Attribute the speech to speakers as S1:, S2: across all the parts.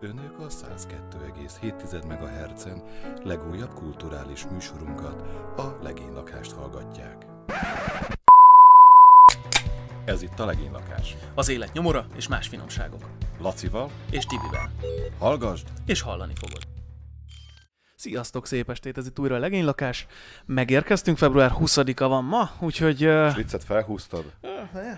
S1: Önök a 102,7 MHz-en legújabb kulturális műsorunkat, a Legénylakást hallgatják. Ez itt a Legénylakás.
S2: Az élet nyomora és más finomságok.
S1: Lacival,
S2: És Tibivel.
S1: hallgasd!
S2: És hallani fogod. Sziasztok, szép estét! Ez itt újra a legénylakás. Megérkeztünk, február 20-a van ma, úgyhogy... Uh,
S1: Viccet felhúztad?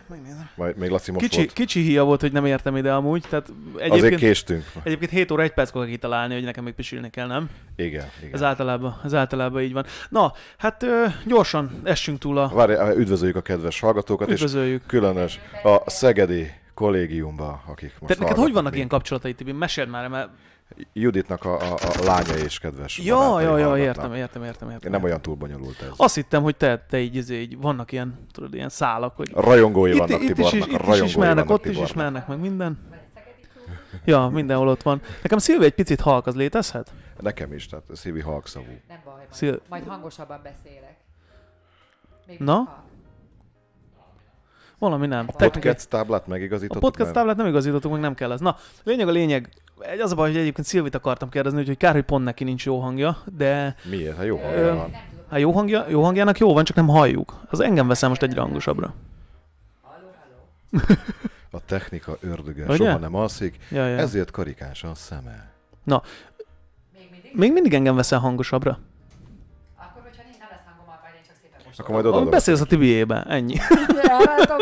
S2: megnézem.
S1: Majd még Laci most
S2: Kicsi,
S1: volt.
S2: kicsi híja volt, hogy nem értem ide amúgy, tehát
S1: Azért
S2: egyébként,
S1: késtünk.
S2: egyébként 7 óra 1 perckor kell kitalálni, hogy nekem még pisilni kell, nem?
S1: Igen, igen.
S2: Ez általában, ez általában így van. Na, hát ö, gyorsan essünk túl a...
S1: Várj, üdvözöljük a kedves hallgatókat,
S2: Üdvözöljük.
S1: és különös a Szegedi kollégiumba, akik most
S2: Tehát neked hogy
S1: hallgatnak
S2: vannak
S1: minket.
S2: ilyen kapcsolatai, Tibi? Meséld már, mert...
S1: Juditnak a, a, a lánya és kedves
S2: Ja, ja,
S1: barátai
S2: ja,
S1: hallgatnak.
S2: értem, értem, értem, értem.
S1: Nem olyan túl bonyolult ez.
S2: Azt hittem, hogy te, te így, izé, így vannak ilyen, tudod, ilyen szálak, hogy
S1: Rajongói
S2: itt,
S1: vannak
S2: itt, is,
S1: Tibornak,
S2: itt is
S1: rajongói
S2: ismernek,
S1: vannak
S2: ott is
S1: Tibornak.
S2: ismernek, meg minden. Ja, mindenhol ott van. Nekem Szilvi egy picit halk, az létezhet?
S1: Nekem is, tehát Szívi halkszavú.
S3: Nem baj, majd,
S2: Szil-
S3: majd hangosabban beszélek. Még
S2: Na?
S3: ha-
S2: Valami nem. A
S1: Podcast táblát
S2: a
S1: megigazítottuk?
S2: podcast
S1: mert-
S2: táblát nem igazítottuk, meg nem kell ez. Na, lényeg a lényeg. Egy az a baj, hogy egyébként Szilvit akartam kérdezni, úgyhogy kár, hogy pont neki nincs jó hangja, de
S1: Miért? Hát jó hangja
S2: Ö,
S1: van.
S2: a jó, hangja, jó hangjának jó van, csak nem halljuk. Az engem veszem most egyre hangosabbra.
S1: A technika ördöge
S2: Ugye?
S1: soha nem alszik,
S2: Ja, ja.
S1: ezért karikás a szeme.
S2: Na, még mindig engem veszel hangosabbra?
S3: Akkor, hogyha nincs, nem lesz hangom, akkor én csak szépen most.
S1: Akkor majd odaadom.
S2: Beszélsz a Tibiébe, ennyi. hát
S3: Elrántom.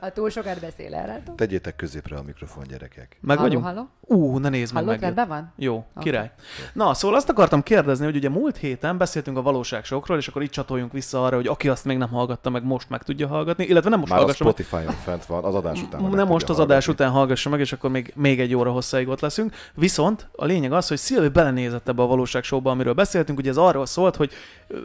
S3: Ha túl sokat beszél, elrántom.
S1: Tegyétek középre a mikrofon, gyerekek.
S2: Meg
S3: halló,
S2: vagyunk?
S3: halló?
S2: Ú, ne nézd meg
S3: Hallod,
S2: meg.
S3: rendben van?
S2: Jó, király. Na, szóval azt akartam kérdezni, hogy ugye múlt héten beszéltünk a valóságsokról, és akkor itt csatoljunk vissza arra, hogy aki azt még nem hallgatta meg, most meg tudja hallgatni, illetve nem most
S1: Már a
S2: hallgassa meg,
S1: Spotify-on fent van, az adás után. meg
S2: nem
S1: tudja
S2: most az
S1: hallgatni.
S2: adás után hallgassa meg, és akkor még, még egy óra hosszáig ott leszünk. Viszont a lényeg az, hogy Szilvi belenézett ebbe a valóságsóba, amiről beszéltünk, ugye ez arról szólt, hogy ö,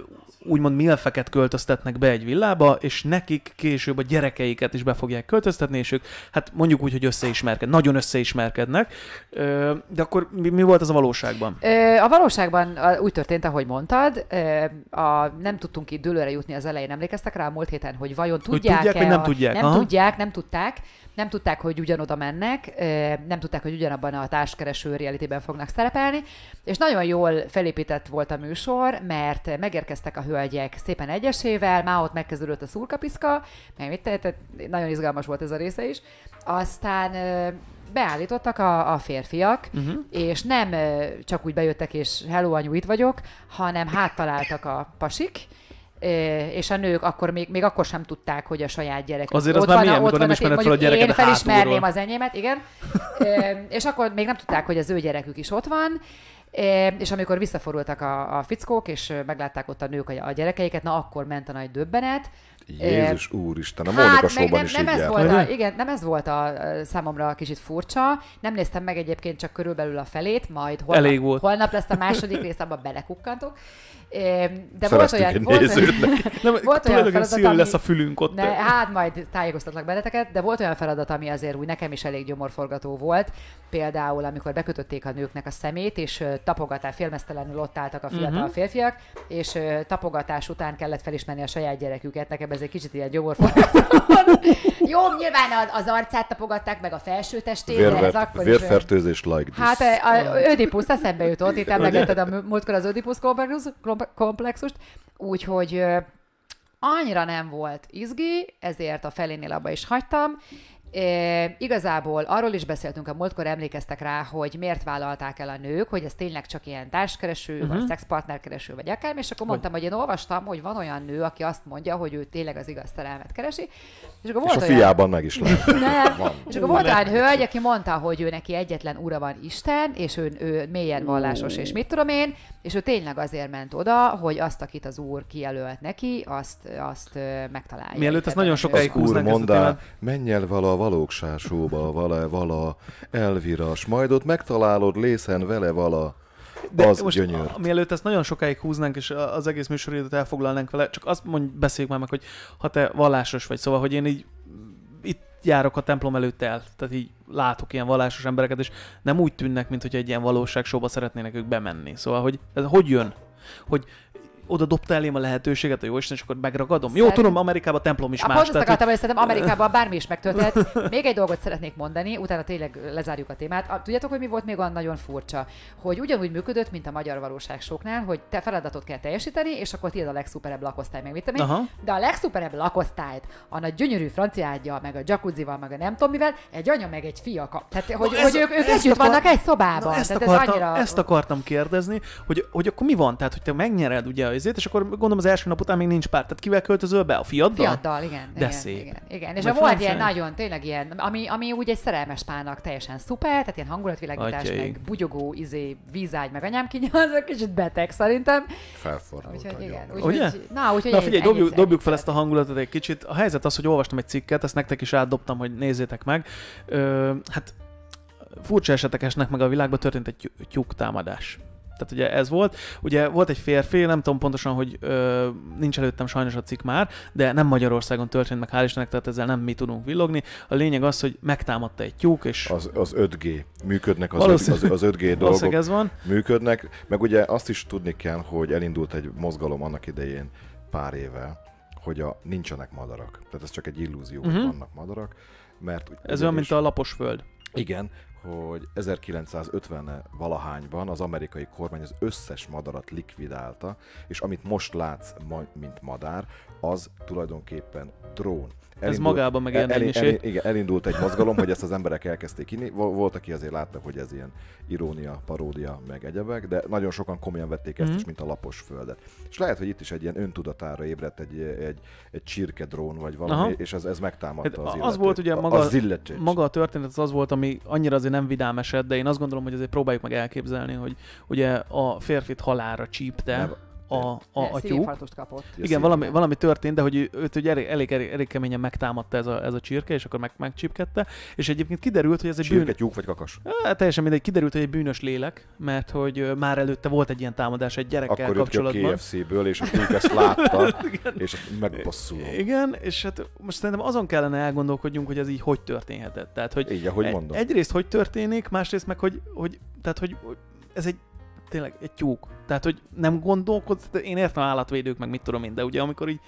S2: úgymond milfeket költöztetnek be egy villába, és nekik később a gyerekeiket is be fogják költöztetni, és ők hát mondjuk úgy, hogy összeismerkednek, nagyon összeismerkednek. Ö, De akkor mi, mi volt ez a valóságban?
S3: Ö, A valóságban a- úgy történt, ahogy mondtad, ö, a, nem tudtunk itt dőlőre jutni az elején, emlékeztek rá a múlt héten, hogy vajon tudják,
S2: tudják, vagy nem tudják,
S3: nem
S2: aha.
S3: tudják, nem tudták, nem tudták, hogy ugyanoda mennek, ö, nem tudták, hogy ugyanabban a társkereső realityben fognak szerepelni, és nagyon jól felépített volt a műsor, mert megérkeztek a hölgyek szépen egyesével, már ott megkezdődött a szurkapiszka, meg mit tehát nagyon izgalmas volt ez a része is, aztán ö, beállítottak a, a férfiak, uh-huh. és nem ö, csak úgy bejöttek, és hello anyu, itt vagyok, hanem háttaláltak a pasik, ö, és a nők akkor még, még akkor sem tudták, hogy a saját gyerek.
S2: Azért az már milyen,
S3: a-
S2: mikor nem
S3: a-
S2: ismered fel a
S3: mondjuk
S2: gyerekedet
S3: Én felismerném
S2: hátulról.
S3: az enyémet, igen. Ö, és akkor még nem tudták, hogy az ő gyerekük is ott van. Ö, És amikor visszafordultak a, a fickók, és ö, meglátták ott a nők a a gyerekeiket, na akkor ment a nagy döbbenet.
S1: Jézus úristen, a Mónika
S3: Hát, meg
S1: showban
S3: nem,
S1: is
S3: nem
S1: így
S3: ez
S1: járt.
S3: volt a,
S2: Ugye?
S3: igen, nem ez volt a ö, számomra kicsit furcsa. Nem néztem meg egyébként csak körülbelül a felét, majd holnap,
S2: Elég volt.
S3: holnap lesz a második rész, abba belekukkantok. Ö, De volt
S1: Szereztünk
S3: olyan,
S1: egy
S3: volt,
S1: nézőt neki.
S2: Nem,
S3: Volt olyan
S2: tulajdonképpen
S3: feladat,
S2: Szilvi
S3: ami-
S2: lesz a fülünk ott.
S3: ne, hát majd tájékoztatlak benneteket, de volt olyan feladat, ami azért úgy nekem is elég gyomorforgató volt. Például, amikor bekötötték a nőknek a szemét, és ö, tapogatás, félmeztelenül ott álltak a fiatal uh-huh. férfiak, és ö, tapogatás után kellett felismerni a saját gyereküket. Nekem ez egy kicsit ilyen gyomorforgató. volt. Jó, nyilván az- az arcát tapogatták, meg a felső testét, de ez
S1: Vérver-
S3: akkor is... ö,
S1: Vérfertőzés like this.
S3: Hát a- a Ödipusz eszembe jutott, itt emlegetted a mú- múltkor az Ödipusz komplexus- komp- komplexust, úgyhogy ö, annyira nem volt izgi, ezért a felénél abba is hagytam. E, igazából arról is beszéltünk a múltkor, emlékeztek rá, hogy miért vállalták el a nők, hogy ez tényleg csak ilyen társkereső, uh-huh. vagy szexpartnerkereső, vagy akármi, és akkor mondtam, hogy én olvastam, hogy van olyan nő, aki azt mondja, hogy ő tényleg az igaz szerelmet keresi, és akkor
S1: és
S2: volt
S1: a
S3: volt olyan
S1: fiában meg is lehet.
S3: nem.
S1: Van.
S3: És akkor volt olyan hölgy, aki mondta, hogy ő neki egyetlen ura van Isten, és ő, ő mélyen vallásos, és mit tudom én, és ő tényleg azért ment oda, hogy azt, akit az úr kijelölt neki, azt, azt ö, megtalálja.
S2: Mielőtt
S3: Itt
S2: ezt
S3: ebben
S2: nagyon
S3: a
S2: sokáig
S1: Az
S3: nőben.
S1: úr
S2: húznánk ezt a
S1: mondá,
S2: témát.
S1: menj el vala a valóksásóba, vala, vala, elviras, majd ott megtalálod lészen vele vala. De az gyönyör.
S2: a- mielőtt ezt nagyon sokáig húznánk, és a- az egész műsoridőt elfoglalnánk vele, csak azt mondj, beszéljük már meg, hogy ha te vallásos vagy, szóval, hogy én így itt járok a templom előtt el, tehát így látok ilyen vallásos embereket, és nem úgy tűnnek, mint hogy egy ilyen valóságsóba szeretnének ők bemenni. Szóval, hogy ez hogy jön? Hogy oda dobta elém a lehetőséget, hogy jó Isten, és akkor megragadom. Jó,
S3: Szerint-
S2: tudom, Amerikában a templom is
S3: A
S2: más.
S3: pont azt
S2: Tehát, hogy
S3: akartam, hogy szerintem Amerikában bármi is megtörténhet. Még egy dolgot szeretnék mondani, utána tényleg lezárjuk a témát. A, tudjátok, hogy mi volt még olyan nagyon furcsa? Hogy ugyanúgy működött, mint a magyar valóság soknál, hogy te feladatot kell teljesíteni, és akkor tiéd a legszuperebb lakosztály, meg mit tudom én.
S2: Aha.
S3: De a legszuperebb lakosztályt, annak gyönyörű franciádja, meg a jacuzzival, meg a nem tudom mivel, egy anya meg egy fia kap. Tehát, hogy,
S2: ez-
S3: hogy ők, ők
S2: ezt
S3: együtt
S2: akar-
S3: vannak egy szobában.
S2: Na, ezt,
S3: Tehát
S2: akartam,
S3: ez annyira...
S2: ezt akartam kérdezni, hogy, hogy akkor mi van? Tehát, hogy te megnyered ugye a izét, és akkor gondolom az első nap után még nincs pár. Tehát kivel költözöl be? A fiaddal?
S3: Fiatal, igen.
S2: De
S3: igen,
S2: szép.
S3: igen, igen. És
S2: De
S3: volt
S2: francia.
S3: ilyen nagyon, tényleg ilyen, ami, ami úgy egy szerelmes pálnak teljesen szuper, tehát ilyen hangulatvilágítás,
S2: Atyaik.
S3: meg bugyogó, izé, vízágy, meg anyám kinyom, az egy kicsit beteg szerintem.
S1: Felfordult
S3: Úgyhogy
S1: agyon.
S3: igen.
S2: Ugye?
S3: Úgyhogy, na, úgyhogy
S2: Na
S3: ennyit-
S2: figyelj,
S3: ennyit
S2: dobjuk, dobjuk fel ezt a
S3: szeretném.
S2: hangulatot egy kicsit. A helyzet az, hogy olvastam egy cikket, ezt nektek is átdobtam, hogy nézzétek meg. Ö, hát furcsa esetek esnek meg a világban, történt egy tyú- tyúk támadás. Tehát ugye ez volt. Ugye volt egy férfi, nem tudom pontosan, hogy ö, nincs előttem sajnos a cikk már, de nem Magyarországon történt meg, hál' Istennek, tehát ezzel nem mi tudunk villogni. A lényeg az, hogy megtámadta egy tyúk, és
S1: Az, az 5G. Működnek az,
S2: Valószínű-
S1: az, az 5G dolgok.
S2: valószínűleg ez van.
S1: működnek, meg ugye azt is tudni kell, hogy elindult egy mozgalom annak idején pár éve, hogy a nincsenek madarak. Tehát ez csak egy illúzió, hogy
S2: Mhm.
S1: vannak madarak, mert úgy-
S2: Ez olyan, mint
S1: ugyanis-
S2: a lapos föld.
S1: igen, hogy 1950 valahányban az amerikai kormány az összes madarat likvidálta, és amit most látsz, ma, mint madár, az tulajdonképpen drón.
S2: magában meg ilyen
S1: el-
S2: egy
S1: el-
S2: misét.
S1: Igen, elindult egy mozgalom, hogy ezt az emberek elkezdték inni. Vol- Volt, aki azért látta, hogy ez ilyen irónia, paródia, meg egyebek, de nagyon sokan komolyan vették ezt
S2: Mhm.
S1: is, mint a lapos földet. És lehet, hogy itt is egy ilyen öntudatára ébredt egy, egy, egy csirke drón, vagy valami,
S2: Aha.
S1: és ez, ez megtámadta
S2: Hát
S1: az
S2: az
S1: illetőt.
S2: volt ugye
S1: A-
S2: maga-
S1: az illetőt.
S2: Maga a történet az, az volt, ami annyira azért nem vidám eset, de én azt gondolom, hogy azért próbáljuk meg elképzelni, hogy ugye a férfit halára
S1: Nem,
S2: csípte a, a,
S3: Igen,
S2: a tyúk.
S3: szívinfarktust kapott.
S1: ugye
S2: Igen,
S1: szép-
S2: valami, valami történt, de hogy ő- őt ugye elég, elég, elég, elég keményen megtámadta ez a, ez a csirke, és akkor meg, megcsípkedte. És egyébként kiderült, hogy ez egy bűn...
S1: Csirke, tyúk vagy kakas?
S2: Hát, teljesen mindegy, kiderült, hogy egy bűnös lélek, mert hogy ö, már előtte volt egy ilyen támadás egy gyerekkel
S1: Akkor jött ki a
S2: kapcsolatban.
S1: KFC-ből, és a tyúk ezt látta, és megbosszulom.
S2: Igen, és hát most szerintem azon kellene elgondolkodjunk, hogy ez így hogy történhetett. Tehát, hogy
S1: Így, ahogy
S2: E-
S1: mondom.
S2: Egyrészt, hogy történik, másrészt meg, hogy, hogy, tehát, hogy, hogy ez egy tényleg egy tyúk. Tehát, hogy nem gondolkodsz, de én értem állatvédők, meg mit tudom én, de ugye amikor így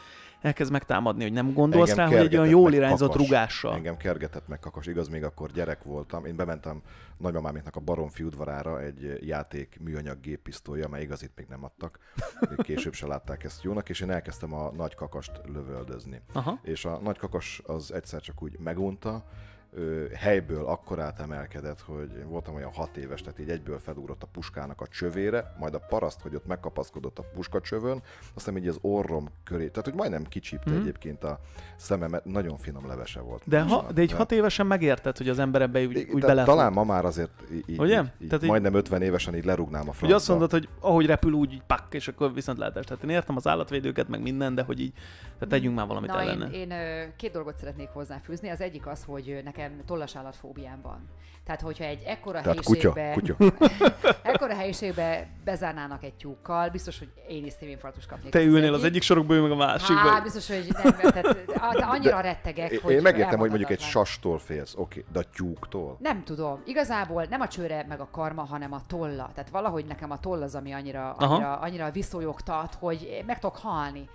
S2: elkezd megtámadni, hogy nem gondolsz
S1: Engem
S2: Engem rá, hogy egy olyan
S1: kergetett
S2: jól
S1: meg
S2: irányzott
S1: kakas.
S2: rugással.
S1: Engem kergetett meg kakas, igaz, még akkor gyerek voltam. Én bementem nagymamáméknak a Baromfi udvarára egy játék műanyag géppisztolya, mert igazit még nem adtak. Még Később se látták ezt jónak, és én elkezdtem a nagy kakast lövöldözni.
S2: Aha.
S1: És a nagy kakas az egyszer csak úgy megunta, ö, helyből akkorát emelkedett, hogy én voltam olyan hat éves, tehát így egyből felugrott a puskának a csövére, majd a paraszt, hogy ott megkapaszkodott a puskacsövön, aztán így az orrom köré, tehát hogy majdnem kicsípte mm. egyébként a szememet, nagyon finom levese volt.
S2: Mhm. De,
S1: most
S2: ha,
S1: már,
S2: de egy hat évesen megérted, hogy az ember ebbe úgy,
S1: I-
S2: úgy
S1: de
S2: belefog.
S1: Talán ma már azért í- így,
S2: Ugye?
S1: így, így,
S2: Tehát így-
S1: majdnem 50 évesen így lerúgnám a francba.
S2: Hogy azt mondod, hogy ahogy repül, úgy így pak, és akkor viszont látás. Tehát én értem az állatvédőket, meg minden, de hogy így, tehát tegyünk már valamit
S3: Na,
S2: ellene.
S3: Én, én ö, két dolgot szeretnék hozzáfűzni. Az egyik az, hogy ö, nekem tollas állatfóbiám van. Tehát, hogyha egy ekkora
S1: tehát kutya,
S3: helyiségbe...
S1: kutya.
S3: Ekkora helyiségbe bezárnának egy tyúkkal, biztos, hogy én is szívinfarktus kapnék.
S2: Te
S3: Ez
S2: ülnél az egyik sorokba, ő meg a másikba.
S3: Há, biztos, hogy nem, tehát, á, de annyira rettegek,
S1: Én-
S3: hogy
S1: Én megértem, hogy mondjuk egy
S3: elmondhatatlan.
S1: sastól félsz, oké, de a tyúktól?
S3: Nem tudom. Igazából nem a csőre, meg a karma, hanem a tolla. Tehát valahogy nekem a toll az, ami annyira,
S2: Aha.
S3: annyira, annyira viszonyogtat, hogy meg tudok halni.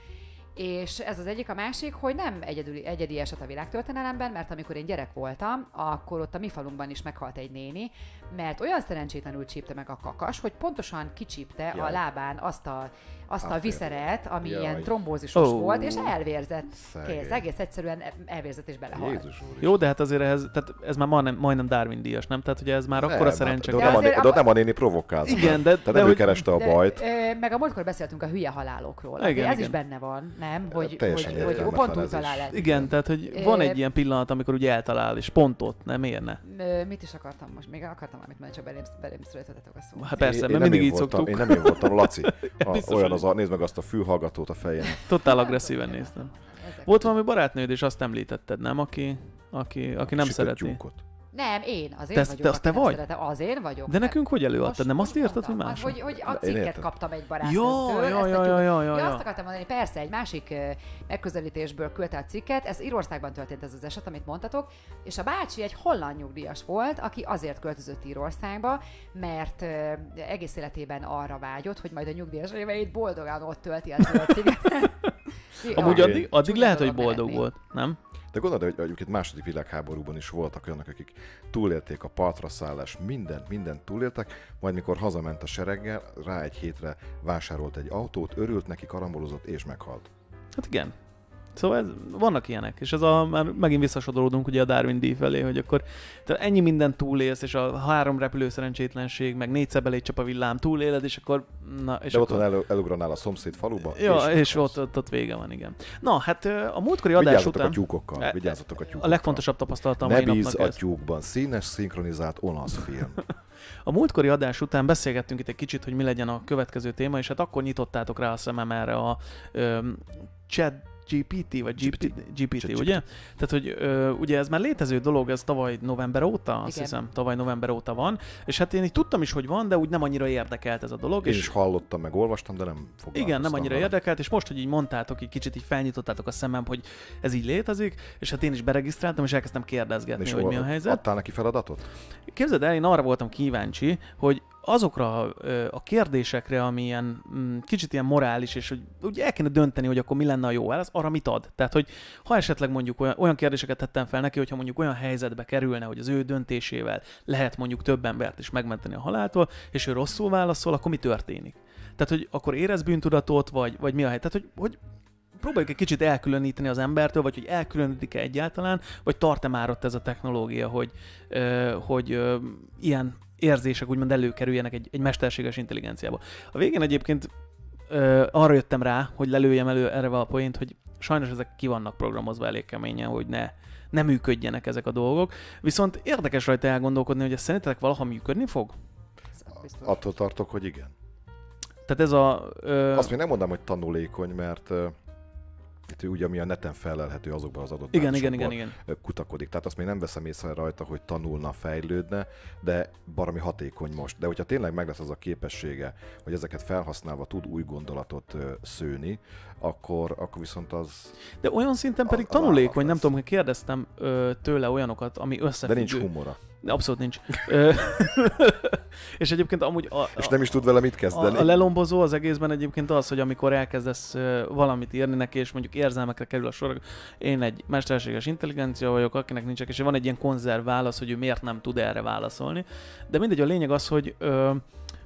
S3: És ez az egyik, a másik, hogy nem egyedül, egyedi eset a világtörténelemben, mert amikor én gyerek voltam, akkor ott a mi falunkban is meghalt egy néni, mert olyan szerencsétlenül csípte meg a kakas, hogy pontosan kicsípte
S1: Jaj.
S3: a lábán azt a, azt a
S1: Áfér.
S3: viszeret, ami
S1: Jaj.
S3: ilyen trombózisos
S2: Ó.
S3: volt, és elvérzett.
S1: Szegény.
S3: Kész, egész egyszerűen elvérzett és belehalt.
S1: Jézus úr
S2: Jó, de hát azért ehhez, tehát ez már majdnem, majdnem Darwin díjas, nem? Tehát ugye ez már
S1: Nem,
S2: akkor a
S1: hát
S2: szerencse.
S1: De,
S3: De
S1: nem a,
S3: azért
S1: né- de
S3: a-
S1: nem a néni provokált.
S2: Igen, de-
S1: Te
S2: de
S1: nem ő
S2: hogy-
S1: kereste a
S3: De,
S1: bajt.
S3: ö, meg a múltkor beszéltünk a hülye halálokról.
S2: Igen,
S3: Igen, ez is
S2: igen.
S3: benne van, nem? Hogy,
S1: teljesen
S3: hogy, hogy
S1: értelmetlen
S3: pont
S1: ez
S3: úgy
S1: is.
S3: talál el.
S2: Igen, tehát hogy van
S3: Ö,
S2: egy ilyen pillanat, amikor ugye eltalál, és pont ott nem érne.
S3: Ö, Mit is akartam most? Még akartam valamit mondani, csak belém, belém születetek a szót.
S2: Hát persze,
S1: Én-
S2: mert
S1: én nem
S2: mindig
S1: én
S2: így
S1: voltam,
S2: szoktuk.
S1: Én nem én voltam, Laci. A,
S2: Biztos,
S1: olyan
S2: hogy-
S1: az, a, nézd meg azt a fülhallgatót a fején.
S2: Totál agresszíven néztem.
S3: Ezek.
S2: Volt valami barátnőd, és azt említetted, nem? Aki, aki, aki nem
S1: Sütött
S2: szereti.
S1: tyúkot.
S3: Nem, én, az én
S2: Te ezt-
S3: vagyok.
S2: te azt te
S3: aki nem
S2: vagy?
S3: Szeretem. Az én vagyok.
S2: De nekünk hogy előadtad?
S3: Most-
S2: Nem
S3: most
S2: azt írtad, hogy
S3: mondtam,
S2: más?
S3: Hogy, hogy a
S1: Én
S3: cikket
S1: értem.
S3: kaptam egy barátnőmtől.
S2: Ja,
S3: ezt
S2: ja,
S3: a
S2: ja,
S3: tyúk-
S2: ja, ja, ja.
S3: Azt akartam mondani, persze, egy másik ö, megközelítésből küldte a cikket, ez Írországban történt ez az eset, amit mondtatok, és a bácsi egy holland nyugdíjas volt, aki azért költözött Írországba, mert ö, egész életében arra vágyott, hogy majd a nyugdíjas éveit boldogan ott tölti az zöld szigeten.
S2: Amúgy
S1: Ja.
S2: addig, addig
S3: Csúnya
S2: lehet, hogy
S3: dolog
S2: boldog
S3: nevetni.
S2: volt, nem?
S1: De gondolod, hogy egyébként második világháborúban is voltak olyanok, akik túlélték a partra szállás, mindent, mindent túléltek, majd mikor hazament a sereggel, rá egy hétre vásárolt egy autót, örült neki, karambolozott és meghalt.
S2: Hát igen. Szóval ez, vannak ilyenek, és ez a, már megint visszasodolódunk ugye a Darwin díj felé, hogy akkor te ennyi mindent túlélsz, és a három repülő szerencsétlenség, meg négyszer belé csap a villám, túléled, és akkor... Na, és
S1: És De
S2: akkor...
S1: otthon elő, elugranál a szomszéd faluba,
S2: Ja, és,
S1: meghalsz.
S2: ott, ott, ott, vége van, igen. Na, hát ö, a múltkori adás
S1: Vigyázzatok a
S2: után
S1: tyúkokkal,
S2: E-
S1: vigyázzatok a tyúkokkal.
S2: a legfontosabb tapasztalatom
S1: Ne
S2: mai
S1: bíz
S2: napnak
S1: a
S2: ez.
S1: tyúkban. Színes, szinkronizált olasz film.
S2: A múltkori adás után beszélgettünk itt egy kicsit, hogy mi legyen a következő téma, és hát akkor nyitottátok rá a szemem erre a öm, chat GPT, vagy GPT, GPT,
S1: ChatGPT.
S2: ugye? Tehát, hogy ö, ugye ez már létező dolog, ez tavaly november óta, azt
S3: Igen.
S2: hiszem, tavaly november óta van, és hát én így tudtam is, hogy van, de úgy nem annyira érdekelt ez a dolog,
S1: Én
S2: és
S1: is hallottam, meg olvastam, de nem foglalkoztam.
S2: igen, nem annyira
S1: vele.
S2: érdekelt, és most, hogy így mondtátok, így kicsit így felnyitottátok a szemem, hogy ez így létezik, és hát én is beregisztráltam, és elkezdtem kérdezgetni,
S1: És
S2: hogy mi a
S1: ol-
S2: helyzet.
S1: Adtál neki feladatot?
S2: Képzeld el, én arra voltam kíváncsi, hogy azokra ö, a kérdésekre, ami ilyen mm, kicsit ilyen morális, és hogy ugye el kéne dönteni, hogy akkor mi lenne a jó válasz, arra mit ad? Tehát, hogy ha esetleg mondjuk olyan, olyan kérdéseket tettem fel neki, hogyha mondjuk olyan helyzetbe kerülne, hogy az ő döntésével lehet mondjuk több embert is megmenteni a haláltól, és ő rosszul válaszol, akkor mi történik? Tehát, hogy akkor érez bűntudatot, vagy, vagy mi a hely? Tehát, hogy, hogy próbáljuk egy kicsit elkülöníteni az embertől, vagy hogy elkülönítik-e egyáltalán, vagy tart-e már ott ez a technológia, hogy, ö, hogy ö, ilyen érzések úgymond előkerüljenek egy, egy mesterséges intelligenciába. A végén egyébként ö, arra jöttem rá, hogy lelőjem elő erre a poént, hogy sajnos ezek ki vannak programozva elég keményen, hogy ne, ne működjenek ezek a dolgok. Viszont érdekes rajta elgondolkodni, hogy ez szerintetek valaha működni fog?
S3: Biztos.
S1: Attól tartok, hogy igen.
S2: Tehát ez a... Ö,
S1: Azt még nem mondom, hogy tanulékony, mert ö, itt ugye ami a neten felelhető azokban az adott
S2: igen, igen,
S1: bázisokból,
S2: igen, igen.
S1: ö, kutakodik. Tehát azt még nem veszem észre rajta, hogy tanulna, fejlődne, de baromi hatékony most. De hogyha tényleg meg lesz az a képessége, hogy ezeket felhasználva tud új gondolatot ö, szőni, akkor, akkor viszont az...
S2: De olyan szinten pedig
S1: A- a
S2: tanulékony,
S1: vállalat
S2: nem
S1: lesz.
S2: tudom, hogy kérdeztem ö, tőle olyanokat, ami
S1: De
S2: összefüggő.
S1: nincs humora.
S2: De Abszolút nincs. Ö, és egyébként amúgy a, a,
S1: És nem is tud vele mit kezdeni.
S2: a, a lelombozó az egészben egyébként az, hogy amikor elkezdesz ö, valamit írni neki, és mondjuk érzelmekre kerül a sor, én egy mesterséges intelligencia vagyok, akinek nincsenek, és van egy ilyen konzerv válasz, hogy ő miért nem tud erre válaszolni. De mindegy, a lényeg az, hogy, ö,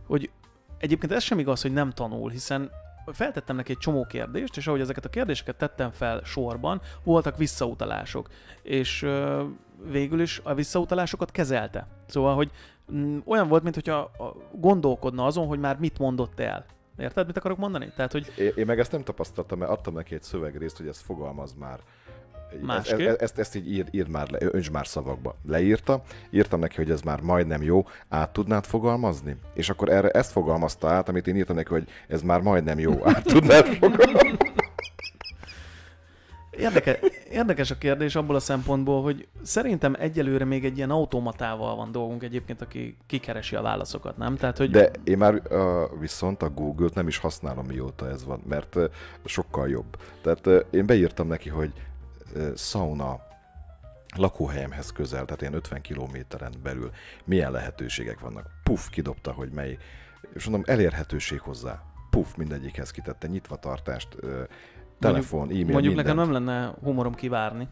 S2: hogy egyébként ez sem igaz, hogy nem tanul, hiszen feltettem neki egy csomó kérdést, és ahogy ezeket a kérdéseket tettem fel sorban, voltak visszautalások, és ö, végül is a visszautalásokat kezelte. Szóval, hogy mm, olyan volt, mintha gondolkodna azon, hogy már mit mondott el. Érted, mit akarok mondani? Tehát, hogy
S1: Én, én meg ezt nem tapasztaltam, mert adtam neki egy szövegrészt, hogy ezt fogalmaz már.
S2: Másképp?
S1: Ezt, ezt, ezt így ír, ír már le, önts már szavakba. Leírta, írtam neki, hogy ez már majdnem jó, át tudnád fogalmazni? És akkor erre ezt fogalmazta át, amit én írtam neki, hogy ez már majdnem jó, át tudnád fogalmazni?
S2: érdeke, érdekes a kérdés abból a szempontból, hogy szerintem egyelőre még egy ilyen automatával van dolgunk egyébként, aki kikeresi a válaszokat, nem? Tehát, hogy
S1: De én már uh, viszont a Google-t nem is használom mióta ez van, mert uh, sokkal jobb. Tehát uh, én beírtam neki, hogy uh, sauna lakóhelyemhez közel, tehát én 50 kilométeren belül milyen lehetőségek vannak. Puff, kidobta, hogy mely. És mondom, elérhetőség hozzá. Puff, mindegyikhez kitette nyitvatartást, ö, telefon, e-mail,
S2: mondjuk
S1: mindent.
S2: nekem nem lenne humorom kivárni.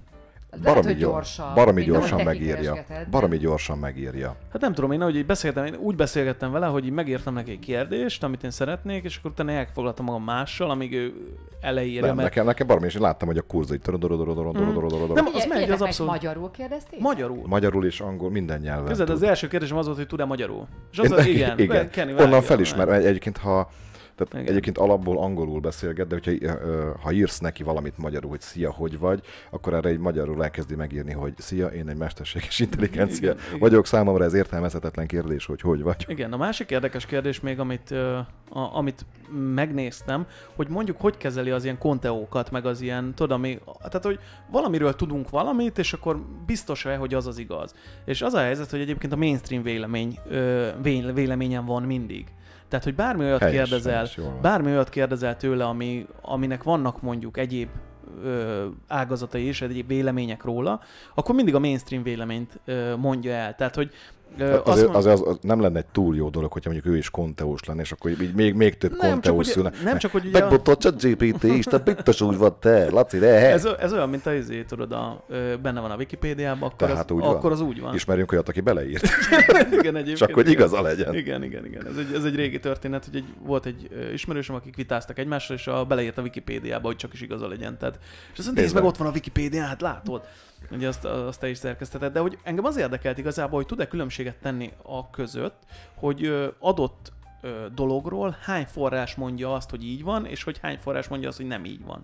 S3: Lehet,
S1: Baromi,
S3: hogy
S1: gyor-
S3: gyorsabb.
S1: baromi
S3: mint ahogy
S1: gyorsan
S3: te
S1: megírja.
S3: kikeresgeted.
S1: Baromi gyorsan megírja.
S2: Hát nem tudom, én ahogy így beszélgettem, én úgy beszélgettem vele, hogy így megírtam neki egy kérdést, amit én szeretnék, és akkor utána elfoglaltam magam mással, amíg ő eleírja,
S1: Nem,
S2: mert
S1: nekem, nekem baromi, és én láttam, hogy a kurz így... dorodorodorodorodorodorodorodoro.
S2: Nem,
S3: Figyelj,
S2: az megy,
S3: figyeljetek
S2: az
S3: meg,
S2: abszolút
S3: Magyarul kérdezték?
S2: magyarul.
S1: Magyarul és angol, minden nyelven.
S2: Képzeld,
S1: tud.
S2: az első kérdésem az volt, hogy tud-e magyarul. És az,
S1: Én-
S2: az igen,
S1: igen.
S2: Kenny,
S1: Onnan
S2: vágjon
S1: felismer.
S2: már.
S1: Egyébként, ha Tehát
S2: Igen.
S1: Igen. egyébként alapból angolul beszélget, de hogyha, ö, ha írsz neki valamit magyarul, hogy szia, hogy vagy, akkor erre egy magyarul elkezdi megírni, hogy szia, én egy mesterséges intelligencia
S2: Igen, igen.
S1: vagyok, számomra ez értelmezhetetlen kérdés, hogy hogy vagy.
S2: Igen, a másik érdekes kérdés még, amit, ö, a, amit megnéztem, hogy mondjuk hogy kezeli az ilyen konteókat, meg az ilyen, tudod, ami, tehát hogy valamiről tudunk valamit, és akkor biztos-e, hogy az az igaz. És az a helyzet, hogy egyébként a mainstream vélemény, ö, vé- véleményen van mindig. Tehát, hogy bármi olyat
S1: Helyes,
S2: kérdezel,
S1: helyes, jól van.
S2: bármi olyat kérdezel tőle, ami, aminek vannak mondjuk egyéb ö, ágazatai is, egyéb vélemények róla, akkor mindig a mainstream véleményt ö, mondja el. Tehát, hogy ö,
S1: Tehát
S2: azt
S1: Hát azért,
S2: mond-
S1: az, az, az nem lenne egy túl jó dolog, hogyha mondjuk ő is konteós lenne, és akkor így még, még több
S2: Nem, csak
S1: konteós
S2: ugye-
S1: szülne.
S2: nem csak, hogy ugye-
S1: Megbotott a GPT is, te biztos úgy vagy te, Laci, de
S2: Ez, ez olyan, mint a izé, tudod, a, ö, benne van a Wikipédiában, akkor,
S1: Tehát hát
S2: az,
S1: úgy van.
S2: akkor az úgy van.
S1: Ismerjünk olyat, aki beleírt,
S2: igen, egyébként.
S1: csak hogy
S2: igen.
S1: igaza legyen.
S2: Igen, igen, igen. Ez egy, ez egy régi történet, hogy egy, volt egy ö, ismerősöm, akik vitáztak egymással, és a, beleírt a Wikipédiába, hogy csak is igaza legyen. Tehát, és azt mondta, nézd meg,
S1: Tényleg.
S2: ott van a Wikipédia, hát látod. Ugye azt, azt te is szerkeszteted, de hogy engem az érdekelt igazából, hogy tud-e különbséget tenni a között, hogy ö, adott ö, dologról hány forrás mondja azt, hogy így van, és hogy hány forrás mondja azt, hogy nem így van.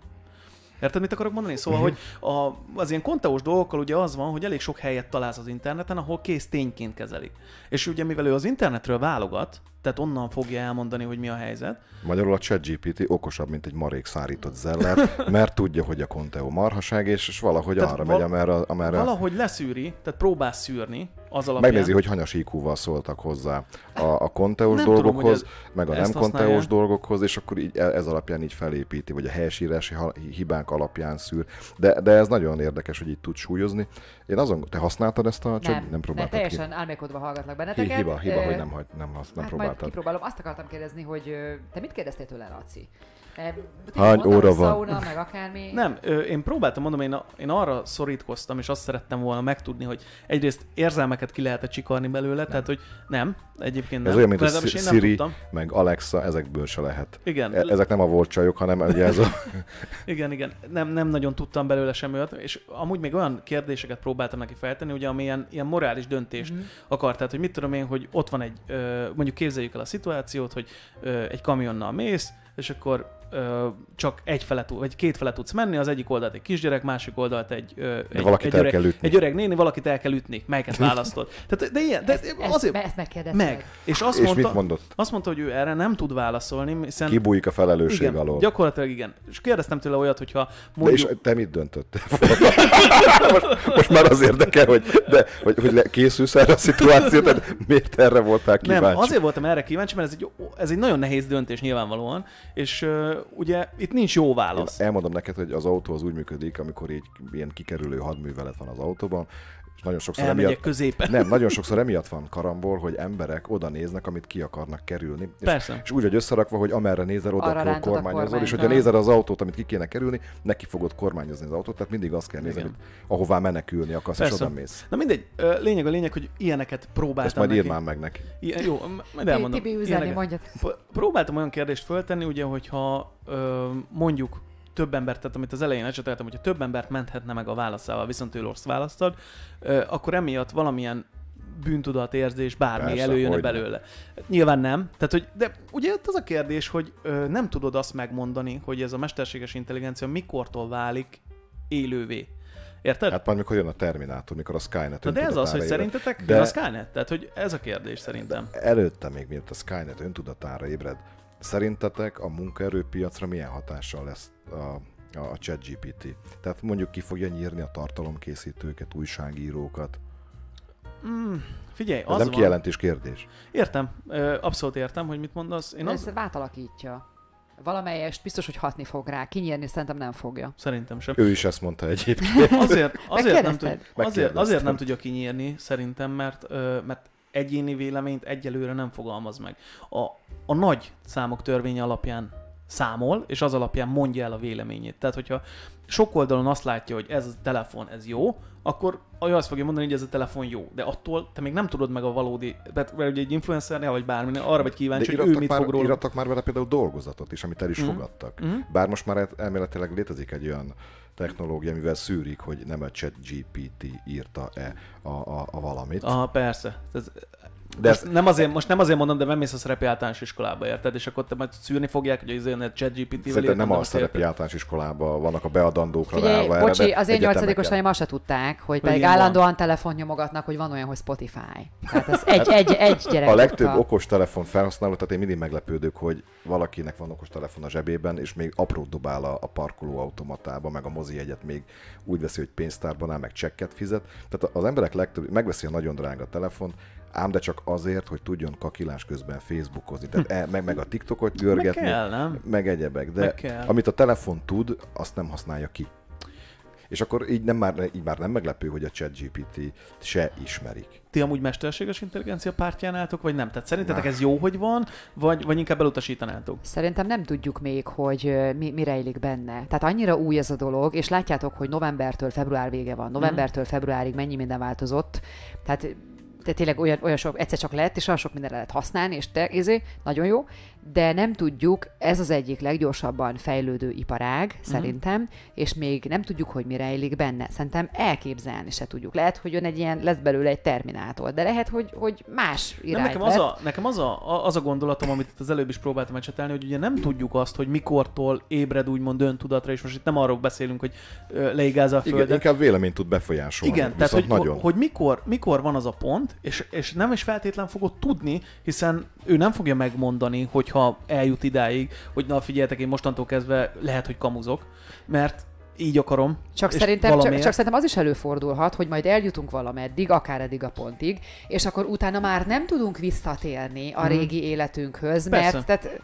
S2: Érted, mit akarok mondani? Szóval,
S1: Mhm.
S2: hogy a, az ilyen konteós dolgokkal ugye az van, hogy elég sok helyet találsz az interneten, ahol kész tényként kezelik. És ugye mivel ő az internetről válogat, tehát onnan fogja elmondani, hogy mi a helyzet.
S1: Magyarul a ChatGPT okosabb, mint egy marék szárított zeller, mert tudja, hogy a Conteo marhaság, és, és valahogy
S2: Tehát
S1: arra
S2: val-
S1: megy, amerre, amerre
S2: Valahogy leszűri, tehát próbál szűrni az alapján.
S1: megnézi, hogy hanyas iq szóltak hozzá a, a konteós
S2: Nem tudom,
S1: dolgokhoz,
S2: hogy
S1: meg a
S2: ezt
S1: nem konteós
S2: használja.
S1: dolgokhoz, és akkor így e- ez alapján így felépíti, vagy a helyesírási ha- hibánk alapján szűr. De, de ez nagyon érdekes, hogy így tud súlyozni. Én azon, te használtad ezt a
S3: Nem,
S1: nem, nem
S3: nem
S1: próbáltad ki.
S3: teljesen álmélkodva hallgatlak
S2: Hát
S1: Hi-
S3: benneteket.
S1: Hiba, hiba,
S3: Ö,
S1: hogy nem, hagy- nem, hasz- nem
S3: hát Majd
S1: próbáltad.
S3: kipróbálom. Azt akartam kérdezni, hogy ö, te mit kérdeztél tőle, Laci? Ö,
S1: Hány
S3: mondtam,
S1: óra
S3: hogy
S1: van?
S3: Sauna, meg akármi.
S2: Nem, ö, én próbáltam, mondom, én, a- én arra szorítkoztam, és azt szerettem volna megtudni, hogy egyrészt érzelmeket ki lehet-e csikarni belőle, nem. tehát hogy nem, egyébként nem.
S1: Ez olyan, mint a
S2: Legalábbis
S1: Szi-
S2: én nem
S1: Siri,
S2: tudtam.
S1: meg Alexa, ezekből se lehet.
S2: Igen.
S1: E- Ezek nem a volt csajok, hanem ugye ez a
S2: Igen, igen. Nem, nem nagyon tudtam belőle sem olyat, és amúgy még olyan kérdéseket próbáltam neki feltenni, ugye, ami ilyen, ilyen morális
S3: Mhm.
S2: döntést mm-hmm. akar. Tehát, hogy mit tudom én, hogy ott van egy, ö, mondjuk képzeljük el a szituációt, hogy ö, egy kamionnal mész, és akkor ö, csak egy fele, tud- vagy két fele tudsz menni, az egyik oldalt egy kisgyerek, másik oldalt egy, ö, egy,
S1: valakit
S2: egy,
S1: el
S2: öreg,
S1: kell ütni.
S2: egy öreg néni, valakit el kell ütni, melyiket választod. Tehát, de ilyen, de
S3: Ezt, ezt,
S2: azért,
S3: ezt megkérdezted.
S2: meg. És azt
S1: És mit
S2: mondta,
S1: mondott?
S2: Azt mondta, hogy ő erre nem tud válaszolni, hiszen
S1: kibújik a felelősség
S2: igen,
S1: alól.
S2: gyakorlatilag igen. És kérdeztem tőle olyat, hogyha
S1: De és
S2: mondjuk...
S1: te mit döntöttél? most, most már az érdekel, hogy, de, hogy, hogy le, készülsz erre a szituációt, tehát miért erre voltál kíváncsi?
S2: Nem, azért voltam erre kíváncsi, mert ez egy, ez egy nagyon nehéz döntés nyilvánvalóan, és uh, ugye itt nincs jó
S1: Én
S2: válasz.
S1: elmondom neked, hogy az autó az úgy működik, amikor így ilyen kikerülő hadművelet van az autóban, és nagyon sokszor
S2: Elmegyek
S1: emiatt,
S2: középen.
S1: Nem, nagyon sokszor emiatt van karambol, hogy emberek oda néznek, amit ki akarnak kerülni. És,
S2: Persze.
S1: És úgy vagy összerakva, hogy amerre nézel, oda
S3: Arra
S1: akkor
S3: rántod a
S1: kormányozol, és
S3: kormányt.
S1: hogyha nézel az autót, amit ki kéne kerülni, neki fogod kormányozni az autót, tehát mindig azt kell nézni,
S2: Igen.
S1: amit, ahová menekülni akarsz, és
S2: Persze.
S1: oda mész.
S2: Na mindegy, ö, lényeg a lényeg, hogy ilyeneket próbáltam
S1: Ezt majd
S2: neki.
S1: írd már meg neki.
S2: Ilyen, jó, majd
S3: Ti-
S2: elmondom.
S3: Tibi üzeni,
S2: Ilyeneket.
S3: mondjad.
S2: P- Próbáltam olyan kérdést föltenni, ugye, hogyha ö, mondjuk több embert, tehát amit az elején ecseteltem, hogyha több embert menthetne meg a válaszával, viszont ő rossz választad, ö, akkor emiatt valamilyen bűntudatérzés, bármi
S1: Persze,
S2: Persze, előjön
S1: hogyne.
S2: belőle. Nyilván nem. Tehát, hogy, de ugye ott az a kérdés, hogy ö, nem tudod azt megmondani, hogy ez a mesterséges intelligencia mikortól válik élővé. Érted? Hát,
S1: Hát majd mikor jön a Terminátor, mikor a Skynet
S2: Na de ez az, hogy
S1: öntudatára ébred.
S2: szerintetek
S1: De-
S2: de... az Skynet? Tehát, hogy ez a kérdés szerintem.
S1: Előtte még, mielőtt a Skynet öntudatára ébred, szerintetek a munkaerőpiacra milyen hatással lesz a, a, a ChatGPT? Tehát mondjuk ki fogja nyírni a tartalomkészítőket, újságírókat?
S2: Hmm, Figyelj,
S1: Ez
S2: az
S1: nem
S2: van.
S1: kijelentés kérdés.
S2: Értem, ö, abszolút értem, hogy mit mondasz. Én
S3: Én
S2: az...
S3: Ezt átalakítja. Valamelyest biztos, hogy hatni fog rá. Kinyírni szerintem nem fogja.
S2: Szerintem sem.
S1: Ő is ezt mondta egyébként.
S2: Azért, azért, nem, tud,
S3: Megkérdezted?
S2: azért,
S1: Megkérdeztem.
S2: azért nem tudja kinyírni, szerintem, mert, ö, mert egyéni véleményt egyelőre nem fogalmaz meg. A, a nagy számok törvénye alapján számol, és az alapján mondja el a véleményét. Tehát, hogyha sok oldalon azt látja, hogy ez a telefon, ez jó, akkor ő azt fogja mondani, hogy ez a telefon jó. De attól te még nem tudod meg a valódi, tehát mert ugye egy influencernél, vagy bárminél, arra vagy kíváncsi,
S1: De
S2: hogy ő
S1: írattak
S2: mit
S1: már,
S2: fog róla. Mhm.
S1: írattak már vele például dolgozatot is, amit el is fogadtak. Bár most már el- elméletileg létezik egy olyan technológia, amivel szűrik, hogy nem a ChatGPT írta-e a, a, a valamit.
S2: Ah, persze. Ez,
S1: De
S2: De
S1: ez,
S2: most, nem azért, most nem azért mondom, de bemész a szerepi általános iskolába, érted? És akkor te majd szűrni fogják, hogy az a chat GPT-vel
S1: szerintem nem a szerepi általános iskolában vannak a beadandókra
S3: Figyelj,
S1: ráva
S3: bocsi,
S1: eredet
S3: az én
S1: egyetemeken.
S3: nyolcadikosaim azt se tudták, hogy pedig
S2: ilyen van.
S3: állandóan telefon nyomogatnak, hogy van olyan, hogy Spotify. Tehát ez egy, egy, egy gyerek.
S1: A legtöbb
S3: tudta.
S1: okos telefon felhasználó, tehát én mindig meglepődök, hogy valakinek van okos telefon a zsebében, és még apró dobál a, a parkoló automatába, meg a mozi egyet még úgy veszi, hogy pénztárban áll, meg csekket fizet. Tehát az emberek legtöbb megveszi a nagyon drága telefon, ám de csak azért, hogy tudjon kakilás közben Facebookozni, tehát e, meg, meg a TikTokot görgetni,
S2: kell, nem?
S1: meg egyebek, de
S2: Meg kell.
S1: amit a telefon tud, azt nem használja ki. És akkor így, nem már, így már nem meglepő, hogy a ChatGPT se ismerik.
S2: Ti amúgy mesterséges intelligencia pártján álltok, vagy nem? Tehát szerintetek ez jó, hogy van, vagy, vagy inkább elutasítanátok?
S3: Szerintem nem tudjuk még, hogy ö, mi, mi rejlik benne. Tehát annyira új ez a dolog, és látjátok, hogy novembertől február vége van. Novembertől
S2: Mhm.
S3: februárig mennyi minden változott. Tehát de tényleg olyan, olyan sok, egyszer csak lett, és olyan sok mindenre lehet használni, és te, izé, nagyon jó, de nem tudjuk, ez az egyik leggyorsabban fejlődő iparág,
S2: Mhm.
S3: szerintem, és még nem tudjuk, hogy mi rejlik benne. Szerintem elképzelni se tudjuk. Lehet, hogy jön egy ilyen, lesz belőle egy terminátor, de lehet, hogy, hogy más
S2: Nem,
S3: irányt
S2: nekem az,
S3: vett.
S2: a, nekem az a, a- az a gondolatom, amit itt az előbb is próbáltam ecsetelni, hogy ugye nem tudjuk azt, hogy mikortól ébred úgymond öntudatra, és most itt nem arról beszélünk, hogy ö, leigázza a
S1: Igen,
S2: földet,
S1: inkább véleményt tud befolyásolni.
S2: Igen,
S1: viszont
S2: tehát hogy,
S1: nagyon.
S2: hogy mikor, mikor van az a pont, és, és nem is feltétlen fogod tudni, hiszen ő nem fogja megmondani, hogyha eljut idáig, hogy na figyeljetek, én mostantól kezdve lehet, hogy kamuzok, mert így akarom.
S3: Csak
S2: és
S3: szerintem, csak,
S2: valamiért-
S3: csak szerintem az is előfordulhat, hogy majd eljutunk valameddig, akár eddig a pontig, és akkor utána már nem tudunk visszatérni a régi életünkhöz,
S2: Mhm. Persze.
S3: mert tehát,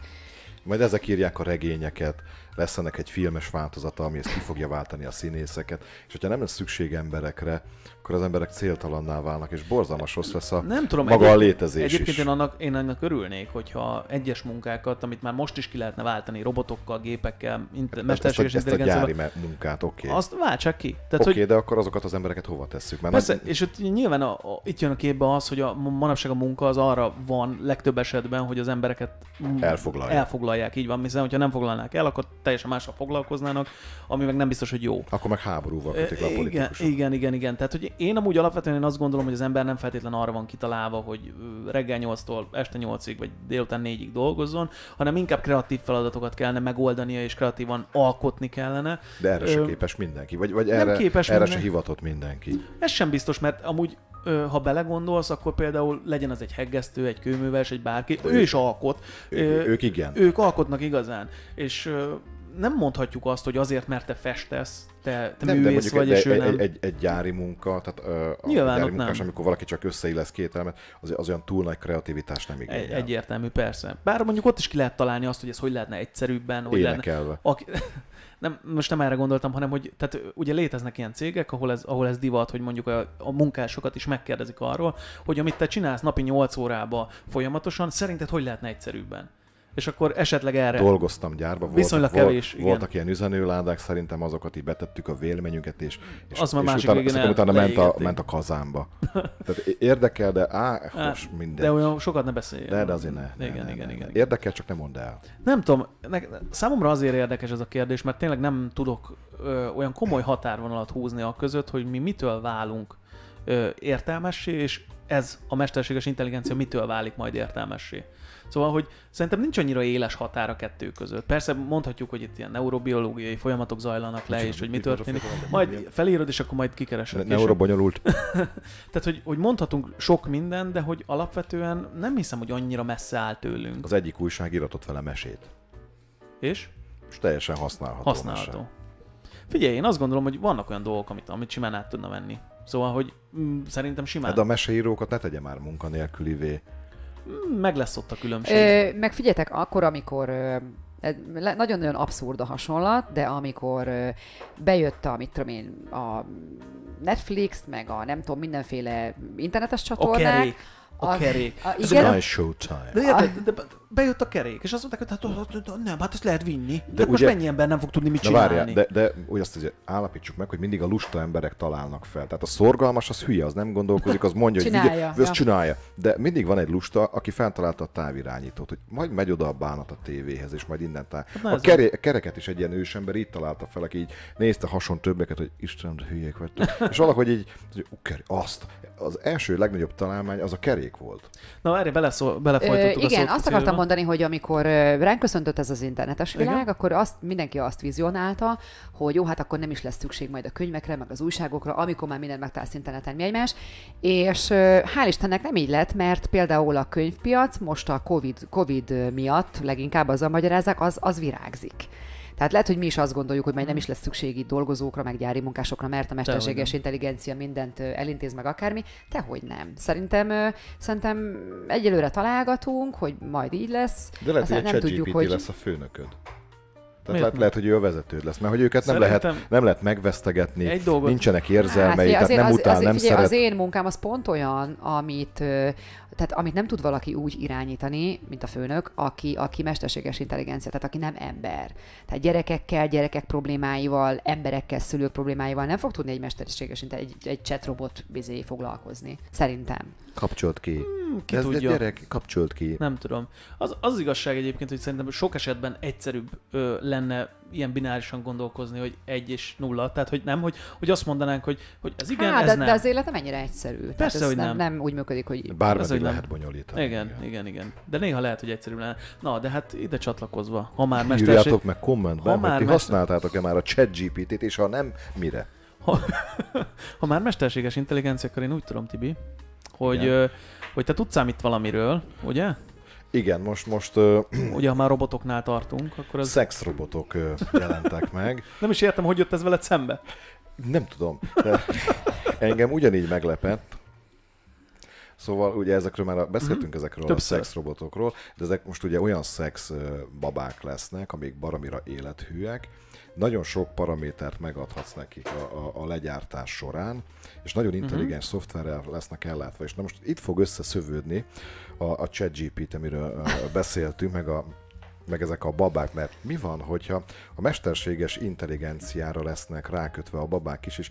S1: Majd ezek írják a regényeket, lesz ennek egy filmes változata, ami ezt ki fogja váltani a színészeket, és hogyha nem lesz szükség emberekre, akkor az emberek céltalanná válnak, és borzalmas rossz lesz a
S2: nem tudom,
S1: maga
S2: egyéb-
S1: a létezés
S2: Egyébként
S1: is.
S2: én annak, én annak örülnék, hogyha egyes munkákat, amit már most is ki lehetne váltani robotokkal, gépekkel, inte-
S1: Tehát Hát ezt, a,
S2: mesterséges
S1: ezt a gyári
S2: intelligenciával,
S1: me- munkát, oké. Okay.
S2: azt váltsák ki. Tehát,
S1: Oké,
S2: hogy
S1: okay, de akkor azokat az embereket hova tesszük? Mert
S2: Persze,
S1: nem,
S2: és ott nyilván a, a, itt jön a képbe az, hogy a ma- manapság a munka az arra van legtöbb esetben, hogy az embereket mm,
S1: Elfoglalja.
S2: elfoglalják így van, hiszen hogyha nem foglalnák el, akkor teljesen mással foglalkoznának, ami meg nem biztos, hogy jó.
S1: akkor meg háborúval kötik le a
S2: Igen,
S1: politikusok.
S2: igen, igen, igen. Tehát, hogy én amúgy alapvetően én azt gondolom, hogy az ember nem feltétlenül arra van kitalálva, hogy ö, reggel 8-tól este 8-ig, vagy délután 4-ig dolgozzon, hanem inkább kreatív feladatokat kellene megoldania, és kreatívan alkotni kellene.
S1: De erre se
S2: Ö,
S1: képes mindenki, vagy, vagy erre,
S2: képes
S1: erre se
S2: minden-
S1: hivatott mindenki.
S2: Ez sem biztos, mert amúgy, ö, ha belegondolsz, akkor például legyen az egy heggesztő, egy kőműves, egy bárki, ő,
S1: Ő-
S2: is alkot.
S1: Ő,
S2: Ö,
S1: ők igen.
S2: Ők alkotnak igazán. És ö, nem mondhatjuk azt, hogy azért, mert te festesz, te, te nem, művész vagy,
S1: egy,
S2: és ő
S1: egy,
S2: nem.
S1: egy, egy, egy gyári munka, tehát ö, a
S2: Nyilván
S1: gyári
S2: ott
S1: munkás,
S2: nem.
S1: amikor valaki csak összeillesz két elemet, az, az olyan túl nagy kreativitás nem
S2: Egy,
S1: igényel.
S2: E- egyértelmű, persze. Bár mondjuk ott is ki lehet találni azt, hogy ez hogy lehetne egyszerűbben, hogy lehetne...
S1: Énekelve.
S2: Aki, nem, most nem erre gondoltam, hanem hogy tehát ö, ugye léteznek ilyen cégek, ahol ez, ahol ez divat, hogy mondjuk a, a munkásokat is megkérdezik arról, hogy amit te csinálsz napi 8 órába folyamatosan, szerinted hogy lehetne egyszerűbben? És akkor esetleg erre...
S1: Dolgoztam gyárba,
S2: Viszonylag
S1: voltak,
S2: kevés,
S1: volt,
S2: igen.
S1: voltak ilyen üzenőládák, szerintem azokat így betettük a véleményünket, és, és,
S2: Az már
S1: és
S2: másik
S1: utána,
S2: végén
S1: szerintem
S2: el-
S1: utána ment a,
S2: leégették.
S1: ment a kazánba. Tehát é- érdekel, de á,
S2: Á,
S1: most mindegy.
S2: de olyan sokat ne beszélj.
S1: de, de azért ne. ne,
S2: Igen,
S1: ne, ne,
S2: igen,
S1: ne.
S2: igen, igen.
S1: Érdekel, csak nem mondd el.
S2: Nem tudom, ne, számomra azért érdekes ez a kérdés, mert tényleg nem tudok ö, olyan komoly határvonalat húzni a között, hogy mi mitől válunk ö, értelmessé, és ez a mesterséges intelligencia mitől válik majd értelmessé. Szóval, hogy szerintem nincs annyira éles határ a kettő között. Persze mondhatjuk, hogy itt ilyen neurobiológiai folyamatok zajlanak le, és hogy mi történik. Majd felírod, és akkor majd kikeresed.
S1: Ne,
S2: később.
S1: neurobonyolult.
S2: Tehát, hogy, hogy mondhatunk sok minden, de hogy alapvetően nem hiszem, hogy annyira messze áll tőlünk.
S1: Az egyik újság iratott vele mesét.
S2: És?
S1: És teljesen használható. mese.
S2: Használható. Figyelj, én azt gondolom, hogy vannak olyan dolgok, amit, amit simán át tudna venni. Szóval, hogy mm, szerintem simán
S1: Hát De a meseírókat ne tegye már munkanélkülivé.
S2: Mm, meg lesz ott a különbség.
S3: ö, meg figyeljetek, akkor, amikor ö, ez le- nagyon-nagyon abszurd a hasonlat, de amikor ö, bejött a, mit tudom én, a Netflix, meg a nem tudom, mindenféle internetes
S2: a
S3: csatornák.
S2: kerék. A kerék.
S3: A,
S1: It's
S3: igen,
S1: my showtime.
S2: De, érted, de, de, bejött a kerék, és azt mondták, hogy hát, hát, hát, nem, hát ezt lehet vinni. De,
S1: De
S2: de most
S1: ugye-
S2: mennyi ember nem fog tudni mit
S1: Na
S2: csinálni?
S1: várjál, de, de úgy azt azért állapítsuk meg, hogy mindig a lusta emberek találnak fel. Tehát a szorgalmas az hülye, az nem gondolkozik, az mondja, hogy
S3: Csinálja,
S1: vigye, az
S3: ja.
S1: csinálja. De mindig van egy lusta, aki feltalálta a távirányítót, hogy majd megy oda a bánat a tévéhez, és majd innen táv.
S2: na
S1: a
S2: ez
S1: keré, a kereket is egy ilyen ősember így találta fel, aki így nézte hason többeket, hogy Isten, de hülyék vagytok. és valahogy így, hogy ú, keré- azt, az első legnagyobb találmány az a kerék volt.
S2: Na várj, beleszó,
S3: Ö,
S2: belefolytottuk a
S3: igen,
S2: szót
S3: azt
S2: Célba.
S3: akartam mondani, hogy amikor ö, ránk köszöntött ez az internetes világ,
S2: Igen.
S3: akkor azt, mindenki azt vizionálta, hogy jó, hát akkor nem is lesz szükség majd a könyvekre, meg az újságokra, amikor már mindent megtalálsz interneten, mi egymás. És ö, hál' Istennek nem így lett, mert például a könyvpiac most a COVID, COVID miatt, leginkább azzal magyarázzák, az, az virágzik. Tehát lehet, hogy mi is azt gondoljuk, hogy majd nem is lesz szükség itt dolgozókra, meg gyári munkásokra, mert a mesterséges intelligencia mindent ö, elintéz meg akármi. Tehogy nem. Szerintem, ö, szerintem egyelőre találgatunk, hogy majd így lesz.
S1: De lehet,
S3: Aztán
S1: hogy
S3: nem
S1: egy
S3: tudjuk,
S1: ChatGPT
S3: hogy...
S1: lesz a főnököd. Tehát
S2: Miért
S1: lehet,
S2: nem?
S1: lehet, hogy ő a vezetőd lesz, mert hogy őket nem, lehet,
S2: Szerintem-
S1: nem lehet megvesztegetni,
S2: Egy dolgot-
S1: nincsenek érzelmei,
S3: figyelj,
S1: tehát nem
S3: az-
S1: utál,
S3: Hát, azért,
S1: nem
S3: figyelj,
S1: szeret.
S3: az én munkám az pont olyan, amit, ö, tehát amit nem tud valaki úgy irányítani, mint a főnök, aki, aki mesterséges intelligencia, tehát aki nem ember. Tehát gyerekekkel, gyerekek problémáival, emberekkel, szülők problémáival nem fog tudni egy mesterséges intelligencia, egy, egy chatrobot bizé foglalkozni. Szerintem.
S1: Kapcsolt ki. Hmm,
S2: ki
S1: Ez
S2: tudja.
S1: egy gyerek, kapcsolt ki.
S2: Nem tudom. Az, az igazság egyébként, hogy szerintem sok esetben egyszerűbb ö, lenne ilyen binárisan gondolkozni, hogy egy és nulla. Tehát, hogy nem, hogy, hogy azt mondanánk, hogy, hogy ez igen,
S3: Há,
S2: ez
S3: de,
S2: nem.
S3: de az élet nem ennyire egyszerű. Persze, tehát
S2: Persze,
S3: ez
S2: hogy
S3: nem,
S2: nem.
S3: nem úgy működik, hogy
S2: Ez,
S1: Bármeddig
S2: hogy nem.
S1: lehet bonyolítani.
S2: Igen, igen, igen. De néha lehet, hogy egyszerűbb lenne. Na, de hát ide csatlakozva, ha már mesterség...
S1: Írjátok meg kommentben,
S2: Ha már
S1: hogy ti
S2: mester-
S1: használtátok-e már a chat GPT-t, és ha nem, mire?
S2: Ha, ha már mesterséges intelligencia, akkor én úgy tudom, Tibi, hogy,
S1: Igen.
S2: ö, hogy te tudsz számít valamiről, ugye?
S1: Igen, most, most ö,
S2: Ugye, ha már robotoknál tartunk, akkor az...
S1: szexrobotok ö, jelentek meg.
S2: Nem is értem, hogy jött ez veled szembe.
S1: Nem tudom. De engem ugyanígy meglepett. Szóval ugye ezekről már a- beszéltünk mm-hmm. ezekről
S2: Többször.
S1: a szexrobotokról, de ezek most ugye olyan szex ö, babák lesznek, amik baromira élethűek. Nagyon sok paramétert megadhatsz nekik a, a, a legyártás során, és nagyon intelligens mm-hmm. szoftverrel lesznek ellátva. És na most itt fog összeszövődni a, a ChatGPT, amiről ö, beszéltünk, meg a meg ezek a babák, mert mi van, hogyha a mesterséges intelligenciára lesznek rákötve a babák is, és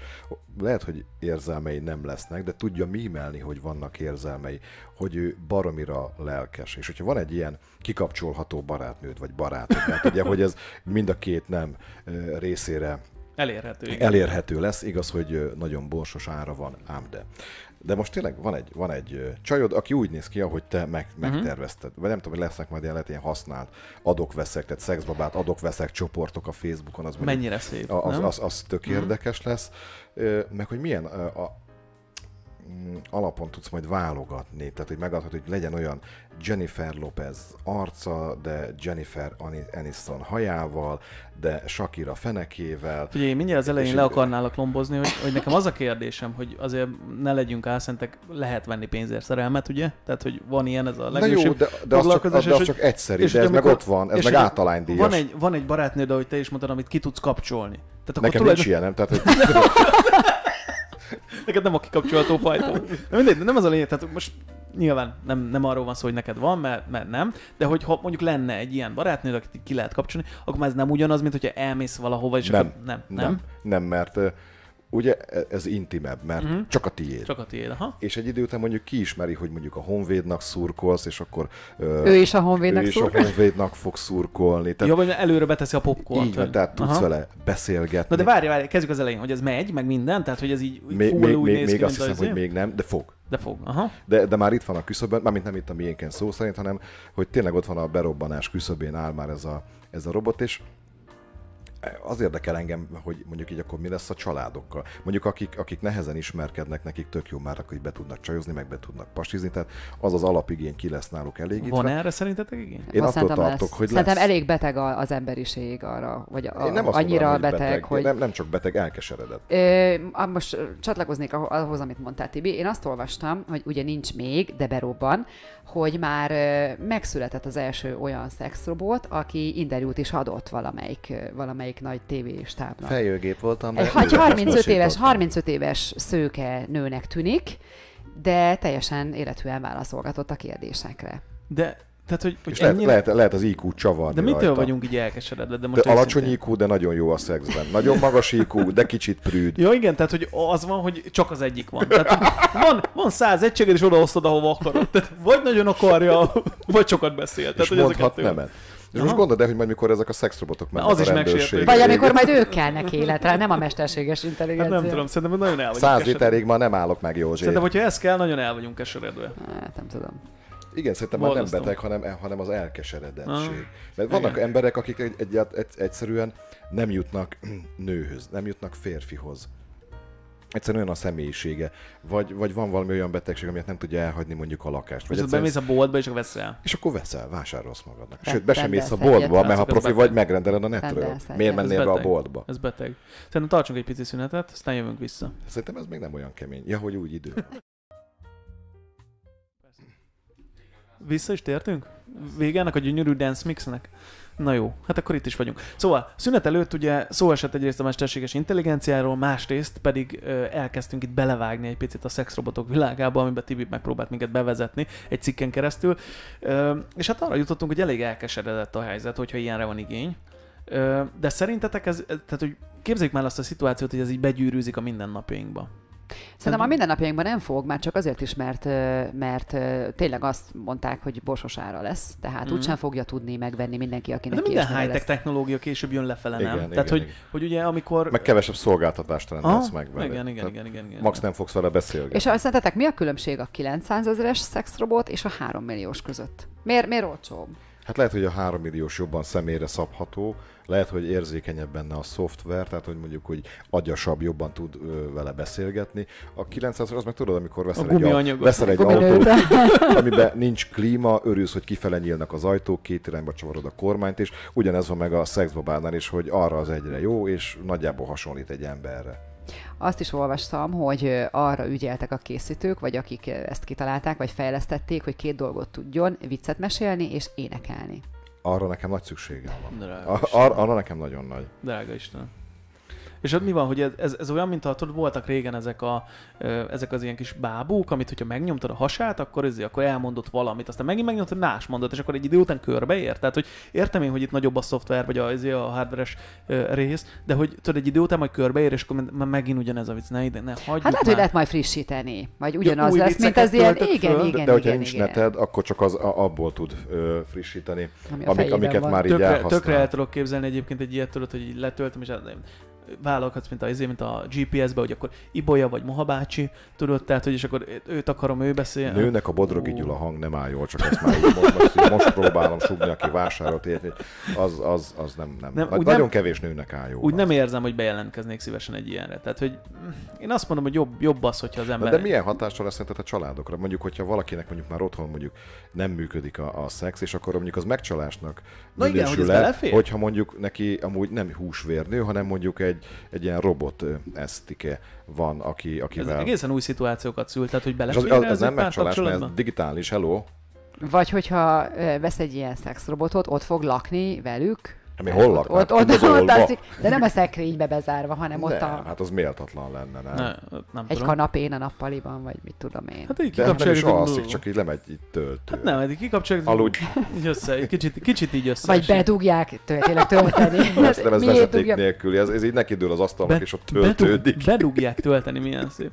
S1: lehet, hogy érzelmei nem lesznek, de tudja mímelni, hogy vannak érzelmei, hogy ő baromira lelkes, és hogyha van egy ilyen kikapcsolható barátnőd, vagy barátod, mert ugye, hogy ez mind a két nem ö, részére
S2: Elérhető. igen.
S1: elérhető lesz, igaz, hogy ö, nagyon borsos ára van, ám de. De most tényleg van egy, van egy ö, csajod, aki úgy néz ki, ahogy te meg,
S2: Mhm.
S1: megtervezted. Vagy nem tudom, hogy lesznek majd ilyen, lehet ilyen használt adok-veszek, tehát szexbabát adok-veszek csoportok a Facebookon. Az mondjuk-
S2: Mennyire szép,
S1: a- Az,
S2: nem? Mhm.
S1: az, az tök érdekes lesz. Ö, Meg hogy milyen ö, a, mm, alapon tudsz majd válogatni, tehát hogy megadhat, hogy legyen olyan Jennifer Lopez arca, de Jennifer Ani- Aniston hajával, de Shakira fenekével,
S2: Figyelj, én mindjárt az elején
S1: És
S2: le
S1: így-
S2: akarnálak lombozni, hogy, hogy nekem az a kérdésem, hogy azért ne legyünk álszentek, lehet venni pénzért szerelmet, ugye? Tehát, hogy van ilyen, ez a
S1: Na jó,
S2: legősebb
S1: de, de az csak,
S2: foglalkozás,
S1: de az
S2: és
S1: csak
S2: hogy-
S1: egyszerű,
S2: és
S1: de
S2: hogy
S1: ez meg
S2: amikor-
S1: ott van, ez
S2: és
S1: meg
S2: hogy
S1: általánydíjas.
S2: Van egy, van egy barátnőd, ahogy te is mondtad, amit ki tudsz kapcsolni. Tehát akkor
S1: Nekem
S2: tulajdon...
S1: nincs ilyen, nem? Tehát, hogy
S2: Neked nem a kikapcsolható fajta. De mindegy, de nem az a lényeg. Tehát most nyilván nem, nem arról van szó, hogy neked van, mert, mert nem, de hogyha mondjuk lenne egy ilyen barátnőd, akit ki lehet kapcsolni, akkor már ez nem ugyanaz, mint hogyha elmész valahova, és
S1: nem,
S2: akkor... nem, nem,
S1: nem, nem, mert ö, ugye e- ez intimebb, mert csak a tiéd.
S2: Mhm. Csak a tiéd, aha.
S1: És egy idő után mondjuk kiismeri, hogy mondjuk a honvédnak szurkolsz, és akkor ö,
S3: ő is a
S1: ő
S3: honvédnek
S1: is a
S3: szól.
S1: honvédnak fog szurkolni.
S2: Tehát...
S1: Tehát
S2: Jobb, hogy előre beteszi a popcorn.
S1: így van, tehát tudsz vele beszélgetni.
S2: Na de várj, várj, kezdjük az elején, hogy ez megy, meg minden, tehát hogy ez így
S1: még,
S2: full
S1: még,
S2: úgy
S1: még,
S2: néz
S1: még
S2: ki,
S1: azt
S2: mint az
S1: hiszem, hogy még nem, de fog.
S2: De fog, aha.
S1: De, de már itt van a küszöbön, mármint nem itt a miénken szó szerint, hanem hogy tényleg ott van a berobbanás küszöbén áll már ez a, ez a robot, és az érdekel engem, hogy mondjuk így akkor mi lesz a családokkal. Mondjuk akik, akik nehezen ismerkednek, nekik tök jó már, hogy be tudnak csajozni, meg be tudnak pasizni, tehát az az alapigény ki lesz náluk elégítve.
S2: Van erre szerintetek igény?
S1: Én
S3: Azt
S1: attól
S3: szerintem
S1: tartok,
S3: lesz.
S1: hogy
S3: Szerintem
S1: lesz.
S3: elég beteg a- az emberiség arra, vagy a,
S1: Én nem azt
S3: annyira
S1: mondanám,
S3: beteg, hogy...
S1: Nem, nem csak beteg, elkeseredett.
S3: Ö, ah, most ö, csatlakoznék aho- ahhoz, amit mondtál, Tibi. Én azt olvastam, hogy ugye nincs még, de berobban, hogy már ö, megszületett az első olyan szexrobot, aki interjút is adott valamelyik, ö, valamelyik nagy tévéstábnak.
S1: Fejőgép voltam,
S3: Egy hagy- 35 éves, 35 éves szőke nőnek tűnik, de teljesen életűen válaszolgatott a kérdésekre.
S2: De Tehát, hogy, hogy
S1: És lehet, lehet, lehet az IQ csavarni
S2: De mitől
S1: rajta.
S2: vagyunk így elkeseredve? De, most
S1: De alacsony
S2: őszintén.
S1: IQ, de nagyon jó a szexben. Nagyon magas IQ, de kicsit prűd.
S2: Ja, igen, tehát hogy az van, hogy csak az egyik van. Tehát, hogy van, van száz egységed, és odaosztod, ahova akarod. Tehát vagy nagyon akarja, vagy sokat beszél. Tehát,
S1: és
S2: hogy ez a
S1: mondhat
S2: kettő van.
S1: nemet. És
S2: Aha.
S1: most gondold el, hogy majd mikor ezek a szexrobotok mennek
S2: az
S1: a
S2: is megsértő.
S1: rendőrségre.
S3: Vagy amikor majd ők kelnek életre, nem a mesterséges
S2: Hát
S3: intelligencia.
S2: nem tudom, szerintem nagyon el vagyunk
S1: Száz
S2: keseredve.
S1: literig már nem állok meg, Józsi.
S2: Szerintem, hogyha ez kell, nagyon el vagyunk keseredve.
S3: Hát, nem tudom.
S1: Igen, szerintem már nem
S2: Boldogszom.
S1: beteg, hanem, eh, hanem az elkeseredettség.
S2: Ah.
S1: Mert vannak
S2: Igen.
S1: emberek, akik egy, egy, egy, egyszerűen nem jutnak nőhöz, nem jutnak férfihoz. Egyszerűen olyan a személyisége. Vagy, vagy van valami olyan betegség, amit nem tudja elhagyni mondjuk a lakást. Vagy
S2: És ott
S1: egyszerűen...
S2: bemész a boltba, és akkor veszel.
S1: És akkor veszel, vásárolsz magadnak.
S3: Re-
S1: Sőt, be sem mész
S3: rendelsz
S1: a
S3: egyet.
S1: boltba, mert ha
S2: Látszik, az
S1: profi
S2: beteg.
S1: vagy, megrendeled a netről.
S3: Rendelsz egyet.
S1: Miért
S2: Ez
S1: mennél be a
S2: beteg.
S1: boltba?
S2: Ez beteg. Szerintem tartsunk egy pici szünetet, aztán jövünk vissza.
S1: Szerintem ez még nem olyan kemény. Ja, hogy úgy idő.
S2: Vissza is tértünk? Végának a gyönyörű dance mixnek? Na jó, hát akkor itt is vagyunk. Szóval, szünet előtt ugye szó esett egyrészt a mesterséges intelligenciáról, másrészt pedig ö, elkezdtünk itt belevágni egy picit a szexrobotok világába, amiben Tibi megpróbált minket bevezetni egy cikken keresztül. Ö, és hát arra jutottunk, hogy elég elkeseredett a helyzet, hogyha ilyenre van igény. Ö, de szerintetek ez, tehát hogy képzeljük már azt a szituációt, hogy ez így begyűrűzik a mindennapjainkba.
S3: Szerintem a mindennapjainkban nem fog, már csak azért is, mert, ö, mert ö, tényleg azt mondták, hogy borsosára lesz. Tehát
S2: Mhm.
S3: mm. úgysem fogja tudni megvenni mindenki, akinek
S2: De minden
S3: ilyesmire
S2: high-tech
S3: lesz.
S2: technológia később jön lefele, nem?
S1: Igen,
S2: Tehát,
S1: igen,
S2: hogy,
S1: igen.
S2: hogy ugye amikor...
S1: Meg kevesebb szolgáltatást rendelsz
S2: Ah,
S1: meg vele.
S2: igen, igen,
S1: Tehát
S2: igen, igen, igen.
S1: Max nem fogsz vele beszélgetni.
S3: És a- szerintetek mi a különbség a 900 ezeres szexrobot és a 3 milliós között? Miért, miért olcsóbb?
S1: Hát lehet, hogy a 3 milliós jobban személyre szabható, lehet, hogy érzékenyebb benne a szoftver, tehát hogy mondjuk, hogy agyasabb, jobban tud ö, vele beszélgetni. A 900 az meg tudod, amikor veszel
S2: A
S1: egy, au-
S2: gumianyagot.
S1: veszel egy autót,
S3: Guminőben.
S1: amiben nincs klíma, örülsz, hogy kifele nyílnak az ajtók, két irányba csavarod a kormányt, és ugyanez van meg a szexbabánál is, hogy arra az egyre jó, és nagyjából hasonlít egy emberre.
S3: Azt is olvastam, hogy ö, arra ügyeltek a készítők, vagy akik ö, ezt kitalálták, vagy fejlesztették, hogy két dolgot tudjon, viccet mesélni és énekelni.
S1: Arra nekem nagy szükségem van.
S2: Drága,
S1: Ar- ar- arra nekem nagyon nagy.
S2: drága Isten. És ott mi van, hogy ez, ez, ez olyan, mint ha tudod, voltak régen ezek, a, ö, ezek az ilyen kis bábúk, amit hogyha megnyomtad a hasát, akkor ezért, akkor elmondott valamit, aztán megint megnyomtad, más mondott, és akkor egy idő után körbeért. Tehát, hogy értem én, hogy itt nagyobb a szoftver, vagy a, ezért a hardveres ö, rész, de hogy tudod, egy idő után majd körbeér, és akkor men- már megint ugyanez a vicc, ne ide, ne hagyjuk
S3: Hát lehet, hogy
S2: már.
S3: lehet majd frissíteni, vagy
S2: Ja,
S3: ugyanaz
S2: új
S3: lesz, mint
S2: vicceket
S3: az ilyen.
S2: töltött
S3: Igen,
S2: föl, de-
S3: igen,
S1: De,
S3: igen.
S1: de hogyha
S3: igen,
S1: nincs
S3: igen.
S1: neted, akkor csak az, a, abból tud ö, frissíteni,
S3: Ami a
S1: amik,
S3: fejében
S1: amiket
S3: van.
S1: már így
S2: tökre, hát
S1: elhasznál.
S2: tökre el tudok képzelni egyébként egy ilyet, tudod, hogy így letöltöm, és hát nem- vállalhatsz, mint a, izé, mint a GPS-be, hogy akkor Ibolya vagy Mohabácsi, tudod, tehát, hogy és akkor őt akarom, ő beszél.
S1: Nőnek a Bodrogi
S2: Ú.
S1: Gyula hang nem áll jól, csak ezt már így most, most, így most próbálom sugni, aki vásárolt érni. Az, az, az nem, nem.
S2: Nem,
S1: nem
S2: úgy
S1: nagyon
S2: nem-
S1: kevés nőnek áll jól.
S2: Úgy
S1: az.
S2: nem érzem, hogy bejelentkeznék szívesen egy ilyenre. Tehát, hogy mm, én azt mondom, hogy jobb, jobb az, hogyha az
S1: Na,
S2: ember...
S1: de milyen hatással lesz szerinted a családokra? Mondjuk, hogyha valakinek mondjuk már otthon mondjuk nem működik a, a szex, és akkor mondjuk az megcsalásnak
S2: Na igen,
S1: minősül
S2: hogy ez
S1: el,
S2: belefér?
S1: hogyha mondjuk neki amúgy nem húsvérnő, hanem mondjuk egy, egy ilyen robot ö, esztike van, aki,
S2: Ez
S1: akivel...
S2: egészen új szituációkat szül, tehát, hogy
S1: és az,
S2: belefér
S1: az,
S2: ez
S1: az
S2: egy
S1: nem megcsalás, mert ez
S2: párkapcsolatba?
S1: digitális, hello,
S3: Vagy hogyha ö, vesz egy ilyen szexrobotot, ott fog lakni velük.
S1: ami Hát hol
S3: Ott,
S1: laknak?
S3: ott, ott, ott,
S1: Tudod, hol
S3: alszik, de nem a szekrénybe bezárva, hanem ott
S1: nem,
S3: a,
S1: hát az méltatlan lenne, nem?
S2: Ne, nem
S3: egy
S2: tudom.
S3: kanapén a nappaliban, vagy mit tudom én.
S2: Hát így
S1: De nem is
S2: kikapcsoljuk.
S1: alszik, csak így lemegy így töltő.
S2: Hát nem, Hát eddig kikapcsoljuk.
S1: Aludj.
S2: Így össze, egy kicsit, kicsit így össze.
S3: Vagy bedugják, tő- tényleg tölteni.
S1: Ezt nem ez
S3: Miért
S1: vezeték
S3: dugja-
S1: nélküli, ez, ez így neki dől az asztalnak, és ott
S2: bedug-
S1: töltődik.
S2: bedugják tölteni, milyen szép.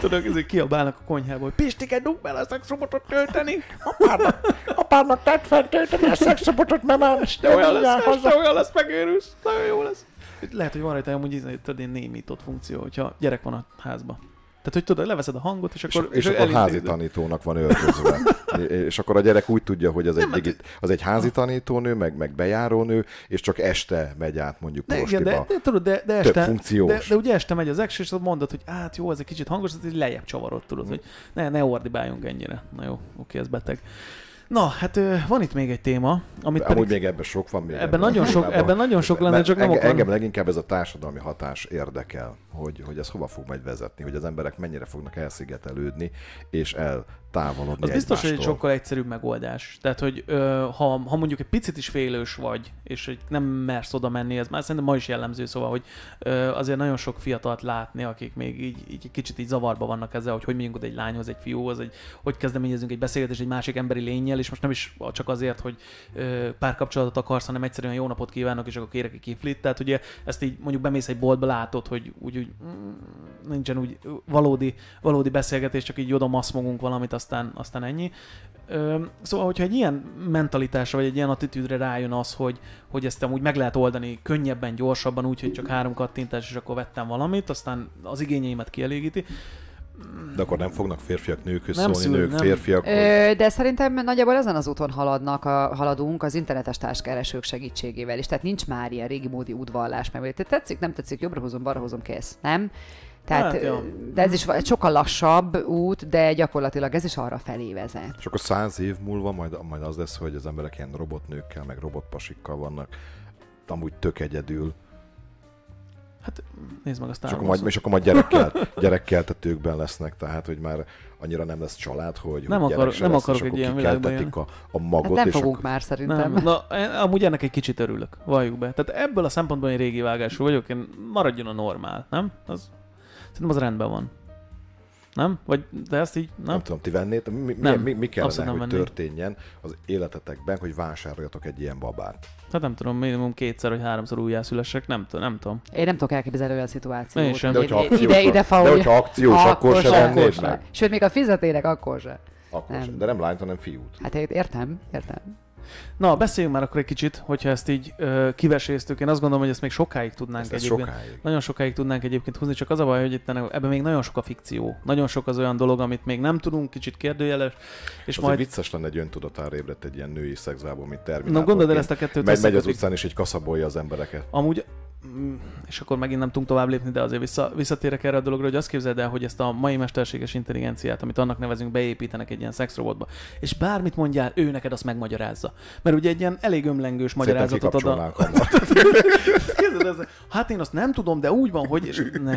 S2: Tudod, ezért kiabálnak a konyhából, hogy Pistike, dugd bele a szexrobotot tölteni.
S4: Apának, apának tedd fel tölteni a szexrobotot, mert már
S2: De olyan
S4: mindjárt
S2: lesz, de olyan lesz, megőrülsz. Nagyon jó lesz. Itt Lehet, hogy van rajta amúgy ízni, tudod, ilyen némított funkció, hogyha gyerek van a házba. Tehát, hogy tudod, leveszed a hangot, és
S1: És,
S2: akkor,
S1: és akkor házi
S2: elintézed.
S1: tanítónak van öltözve. É- és akkor a gyerek úgy tudja, hogy az egy,
S2: hát-
S1: digit, az egy házi tanítónő, meg, meg bejárónő, és csak este megy át mondjuk
S2: De, igen,
S1: prostiba.
S2: de, de, tudod, de, de
S1: Több
S2: este,
S1: funkciós.
S2: de, de, ugye este megy az ex, és ott mondod, hogy hát jó, ez egy kicsit hangos, ez egy lejjebb csavarod,
S1: Mm.
S2: tudod, hogy ne, ne ordibáljunk ennyire. Na jó, oké, ez beteg. Na, hát ö, van itt még egy téma, amit
S1: Amúgy
S2: pedig...
S1: még ebben sok van. Még
S2: Ebben nagyon sok-
S1: témában.
S2: ebben nagyon sok lenne,
S1: Mert
S2: csak nem
S1: enge-
S2: akarom.
S1: Engem leginkább ez a társadalmi hatás érdekel, hogy, hogy ez hova fog majd vezetni, hogy az emberek mennyire fognak elszigetelődni, és eltávolodni
S2: Az biztos, hogy egy
S1: egymástól.
S2: sokkal egyszerűbb megoldás. Tehát, hogy ö, ha, ha mondjuk egy picit is félős vagy, és hogy nem mersz oda menni, ez már szerintem ma is jellemző, szóval, hogy ö, azért nagyon sok fiatalt látni, akik még így, így egy kicsit így zavarba vannak ezzel, hogy hogy megyünk oda egy lányhoz, egy fiúhoz, egy, hogy kezdeményezünk egy beszélgetést egy másik emberi lényel, élménnyel, és most nem is csak azért, hogy ö, párkapcsolatot akarsz, hanem egyszerűen jó napot kívánok, és akkor kérek egy kiflit. Tehát ugye ezt így mondjuk bemész egy boltba, látod, hogy úgy, úgy mm, nincsen úgy valódi, valódi beszélgetés, csak így odomaszmogunk valamit, aztán, aztán ennyi. Ö, Szóval, hogyha egy ilyen mentalitásra vagy egy ilyen attitűdre rájön az, hogy, hogy ezt amúgy meg lehet oldani könnyebben, gyorsabban, úgy, hogy csak három kattintás, és akkor vettem valamit, aztán az igényeimet kielégíti.
S1: De akkor nem fognak férfiak nőkhöz
S2: Nem
S1: szólni,
S2: szül-
S1: nők
S2: nem.
S1: férfiak.
S3: Ö, de szerintem nagyjából ezen az úton haladnak a, haladunk az internetes társkeresők segítségével is. Tehát nincs már ilyen régi módi udvarlás, meg te tetszik, nem tetszik, jobbra húzom, balra húzom, kész. Nem? Tehát,
S2: Hát,
S3: hát,
S2: ja.
S3: de ez is va- egy sokkal lassabb út, de gyakorlatilag ez is arra felé vezet. Hát
S1: És akkor száz év múlva majd, majd az lesz, hogy az emberek ilyen robotnőkkel, meg robotpasikkal vannak, amúgy tök egyedül,
S2: Hát nézd meg azt
S1: és akkor, majd, és akkor majd gyerekkel, gyerekkeltetőkben lesznek, tehát hogy már annyira nem lesz család, hogy
S2: Nem
S1: hogy
S2: akar-
S1: gyerek se
S2: nem
S1: lesz,
S2: akarok
S1: és akkor
S2: egy ilyen világba
S1: kikeltetik a, a
S3: Hát
S1: magot,
S3: nem
S1: és
S3: fogunk
S1: akkor
S3: már szerintem.
S2: nem, na, én amúgy ennek egy kicsit örülök, valljuk be. Tehát ebből a szempontból én régi vágású vagyok, én maradjon a normál, nem? Az, szerintem az rendben van. Nem? Vagy de ezt így,
S1: nem
S2: nem?
S1: tudom, ti vennétek, mi, mi,
S2: Nem,
S1: mi, mi kellene,
S2: abszolút
S1: hogy
S2: nem venném.
S1: történjen az életetekben, hogy vásároljatok egy ilyen babát.
S2: Hát nem tudom, minimum kétszer vagy háromszor újjászülessek, nem tudom, nem tudom.
S3: Én nem tudok elképzelni olyan szituációt.
S2: Én sem.
S1: De
S3: hogy
S1: hogyha
S3: én-
S1: akciós,
S3: ide, ide,
S1: de
S3: faul,
S1: hogyha akciós akkor, se vennéd
S3: sem.
S1: meg.
S3: Sőt, még a fizetének akkor se.
S1: Akkor
S3: Nem.
S1: sem. De nem lányt, hanem fiút.
S3: Hát értem, értem.
S2: Na, beszéljünk már akkor egy kicsit, hogyha ezt így ö, kiveséztük. Én azt gondolom, hogy ezt még sokáig tudnánk
S1: Ez, ez
S2: egyébként.
S1: sokáig.
S2: Nagyon sokáig tudnánk egyébként húzni, csak az a baj, hogy itt ebben még nagyon sok a fikció. Nagyon sok az olyan dolog, amit még nem tudunk, kicsit kérdőjeles, és
S1: És
S2: majd...
S1: majd... vicces lenne egy öntudatára ébredt egy ilyen női szexzából, mint Terminátor.
S2: Na gondold el ezt a kettőt.
S1: megy, megy az
S2: összekötik.
S1: utcán, és így kaszabolja az embereket.
S2: Amúgy, mm, és akkor megint nem tudunk tovább lépni, de azért vissza, visszatérek erre a dologra, hogy azt képzeld el, hogy ezt a mai mesterséges intelligenciát, amit annak nevezünk, beépítenek egy ilyen szexrobotba. És bármit mondjál, ő neked azt megmagyarázza. Mert ugye egy ilyen elég ömlengős
S1: Szépen
S2: magyarázatot ad a...
S1: kikapcsolnák hamar.
S2: Képzeld, ez- Hát én azt nem tudom, de úgy van, hogy... És... Ne,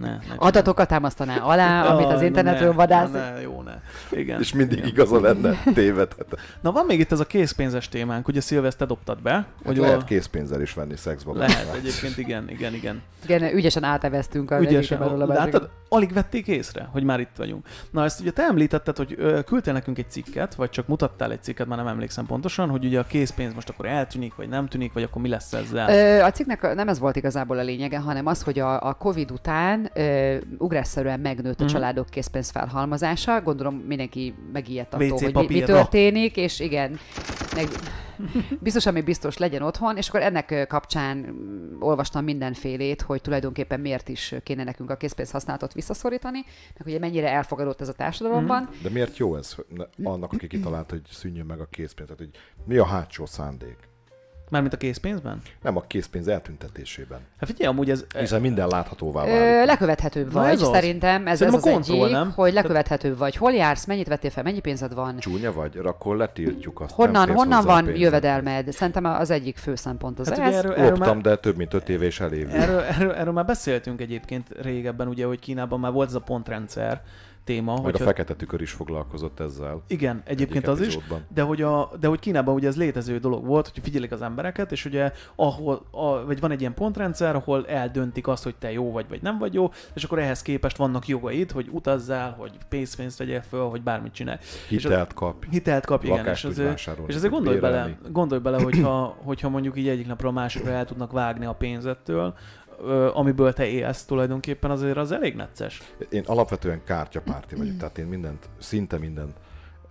S2: ne, ne.
S3: Adatokat támasztaná alá, amit az
S2: Aj, na
S3: internetről
S2: ne,
S3: vadászik.
S2: na Ne, jó, ne. Igen.
S1: És mindig igaza lenne, tévedhet.
S2: Na van még itt ez a készpénzes témánk, ugye Szilveszt te dobtad be.
S1: Hát
S2: Hogy
S1: lehet
S2: a-
S1: készpénzzel is venni szexba.
S2: lehet, egyébként igen, igen, igen.
S3: Igen, ügyesen áteveztünk a
S2: Ügyesen,
S3: egyikbe róla,
S2: de
S3: másik-
S2: látod, alig vették észre, hogy már itt vagyunk. Na ezt ugye te említetted, hogy ö, küldtél nekünk egy cikket, vagy csak mutattál egy cikket, már nem emlékszem pontosan, hogy ugye a készpénz most akkor eltűnik, vagy nem tűnik, vagy akkor mi lesz ezzel.
S3: Ö, A cikknek nem ez volt igazából a lényege, hanem az, hogy a, a COVID után ö, ugrásszerűen megnőtt a
S2: Mhm.
S3: családok készpénz felhalmozása. Gondolom mindenki megijedt attól,
S2: WC
S3: hogy mi, mi
S2: papírra.
S3: történik, és igen, meg, biztos, ami biztos legyen otthon, és akkor ennek ö, kapcsán mm, olvastam mindenfélét, hogy tulajdonképpen miért is kéne nekünk a készpénz használatot visszaszorítani, meg ugye mennyire elfogadott ez a
S2: Mhm.
S3: társadalomban.
S1: De miért jó ez hogy ne- annak, aki kitalálta, hogy szűnjön meg a készpénz? Tehát, hogy mi a hátsó szándék?
S2: Mármint a készpénzben?
S1: Nem a készpénz eltüntetésében.
S2: Hát figyelj, amúgy ez...
S1: Hiszen minden láthatóvá
S3: E- Ö,
S1: válik.
S3: lekövethetőbb
S2: Na
S3: vagy,
S2: ez az.
S3: szerintem ez, ez
S2: Szerintem
S3: az
S2: a kontroll,
S3: egyik,
S2: nem?
S3: hogy lekövethetőbb vagy. Hol jársz, mennyit vettél fel, mennyi pénzed van,
S1: Csúnya vagy? Akkor letiltjuk azt. nem
S3: Honnan,
S1: férsz
S3: honnan
S1: hozzá
S3: van
S1: pénzed.
S3: jövedelmed? Szerintem az egyik fő szempont az
S2: Hát
S3: hát
S2: ugye
S3: ez.
S2: erről, erről, már,
S1: Loptam, de több mint öt év és elévül.
S2: erről, erről, erről már beszéltünk egyébként régebben, ugye, hogy Kínában már volt ez a pontrendszer téma.
S1: Meg a
S2: hogyha-
S1: fekete tükör is foglalkozott ezzel.
S2: Igen, egyébként
S1: Egyik
S2: az is.
S1: epizódban.
S2: De hogy, a, de hogy Kínában ugye ez létező dolog volt, hogy figyelik az embereket, és ugye ahol, a, vagy van egy ilyen pontrendszer, ahol eldöntik azt, hogy te jó vagy, vagy nem vagy jó, és akkor ehhez képest vannak jogaid, hogy utazzál, hogy pénzpénzt vegyél föl, hogy bármit csinálj. És a-
S1: Hitelt kap.
S2: Hitelt kap, igen.
S1: Lakást
S2: És
S1: tudj
S2: azért,
S1: vásárolni,
S2: és azért
S1: tudj
S2: gondolj bele,
S1: bérelni.
S2: gondolj bele hogyha, hogyha mondjuk így egyik napra a másikra el tudnak vágni a pénzettől, ö, amiből te élsz tulajdonképpen, azért az elég necces.
S1: Én alapvetően kártyapárti vagyok, tehát én mindent, szinte mindent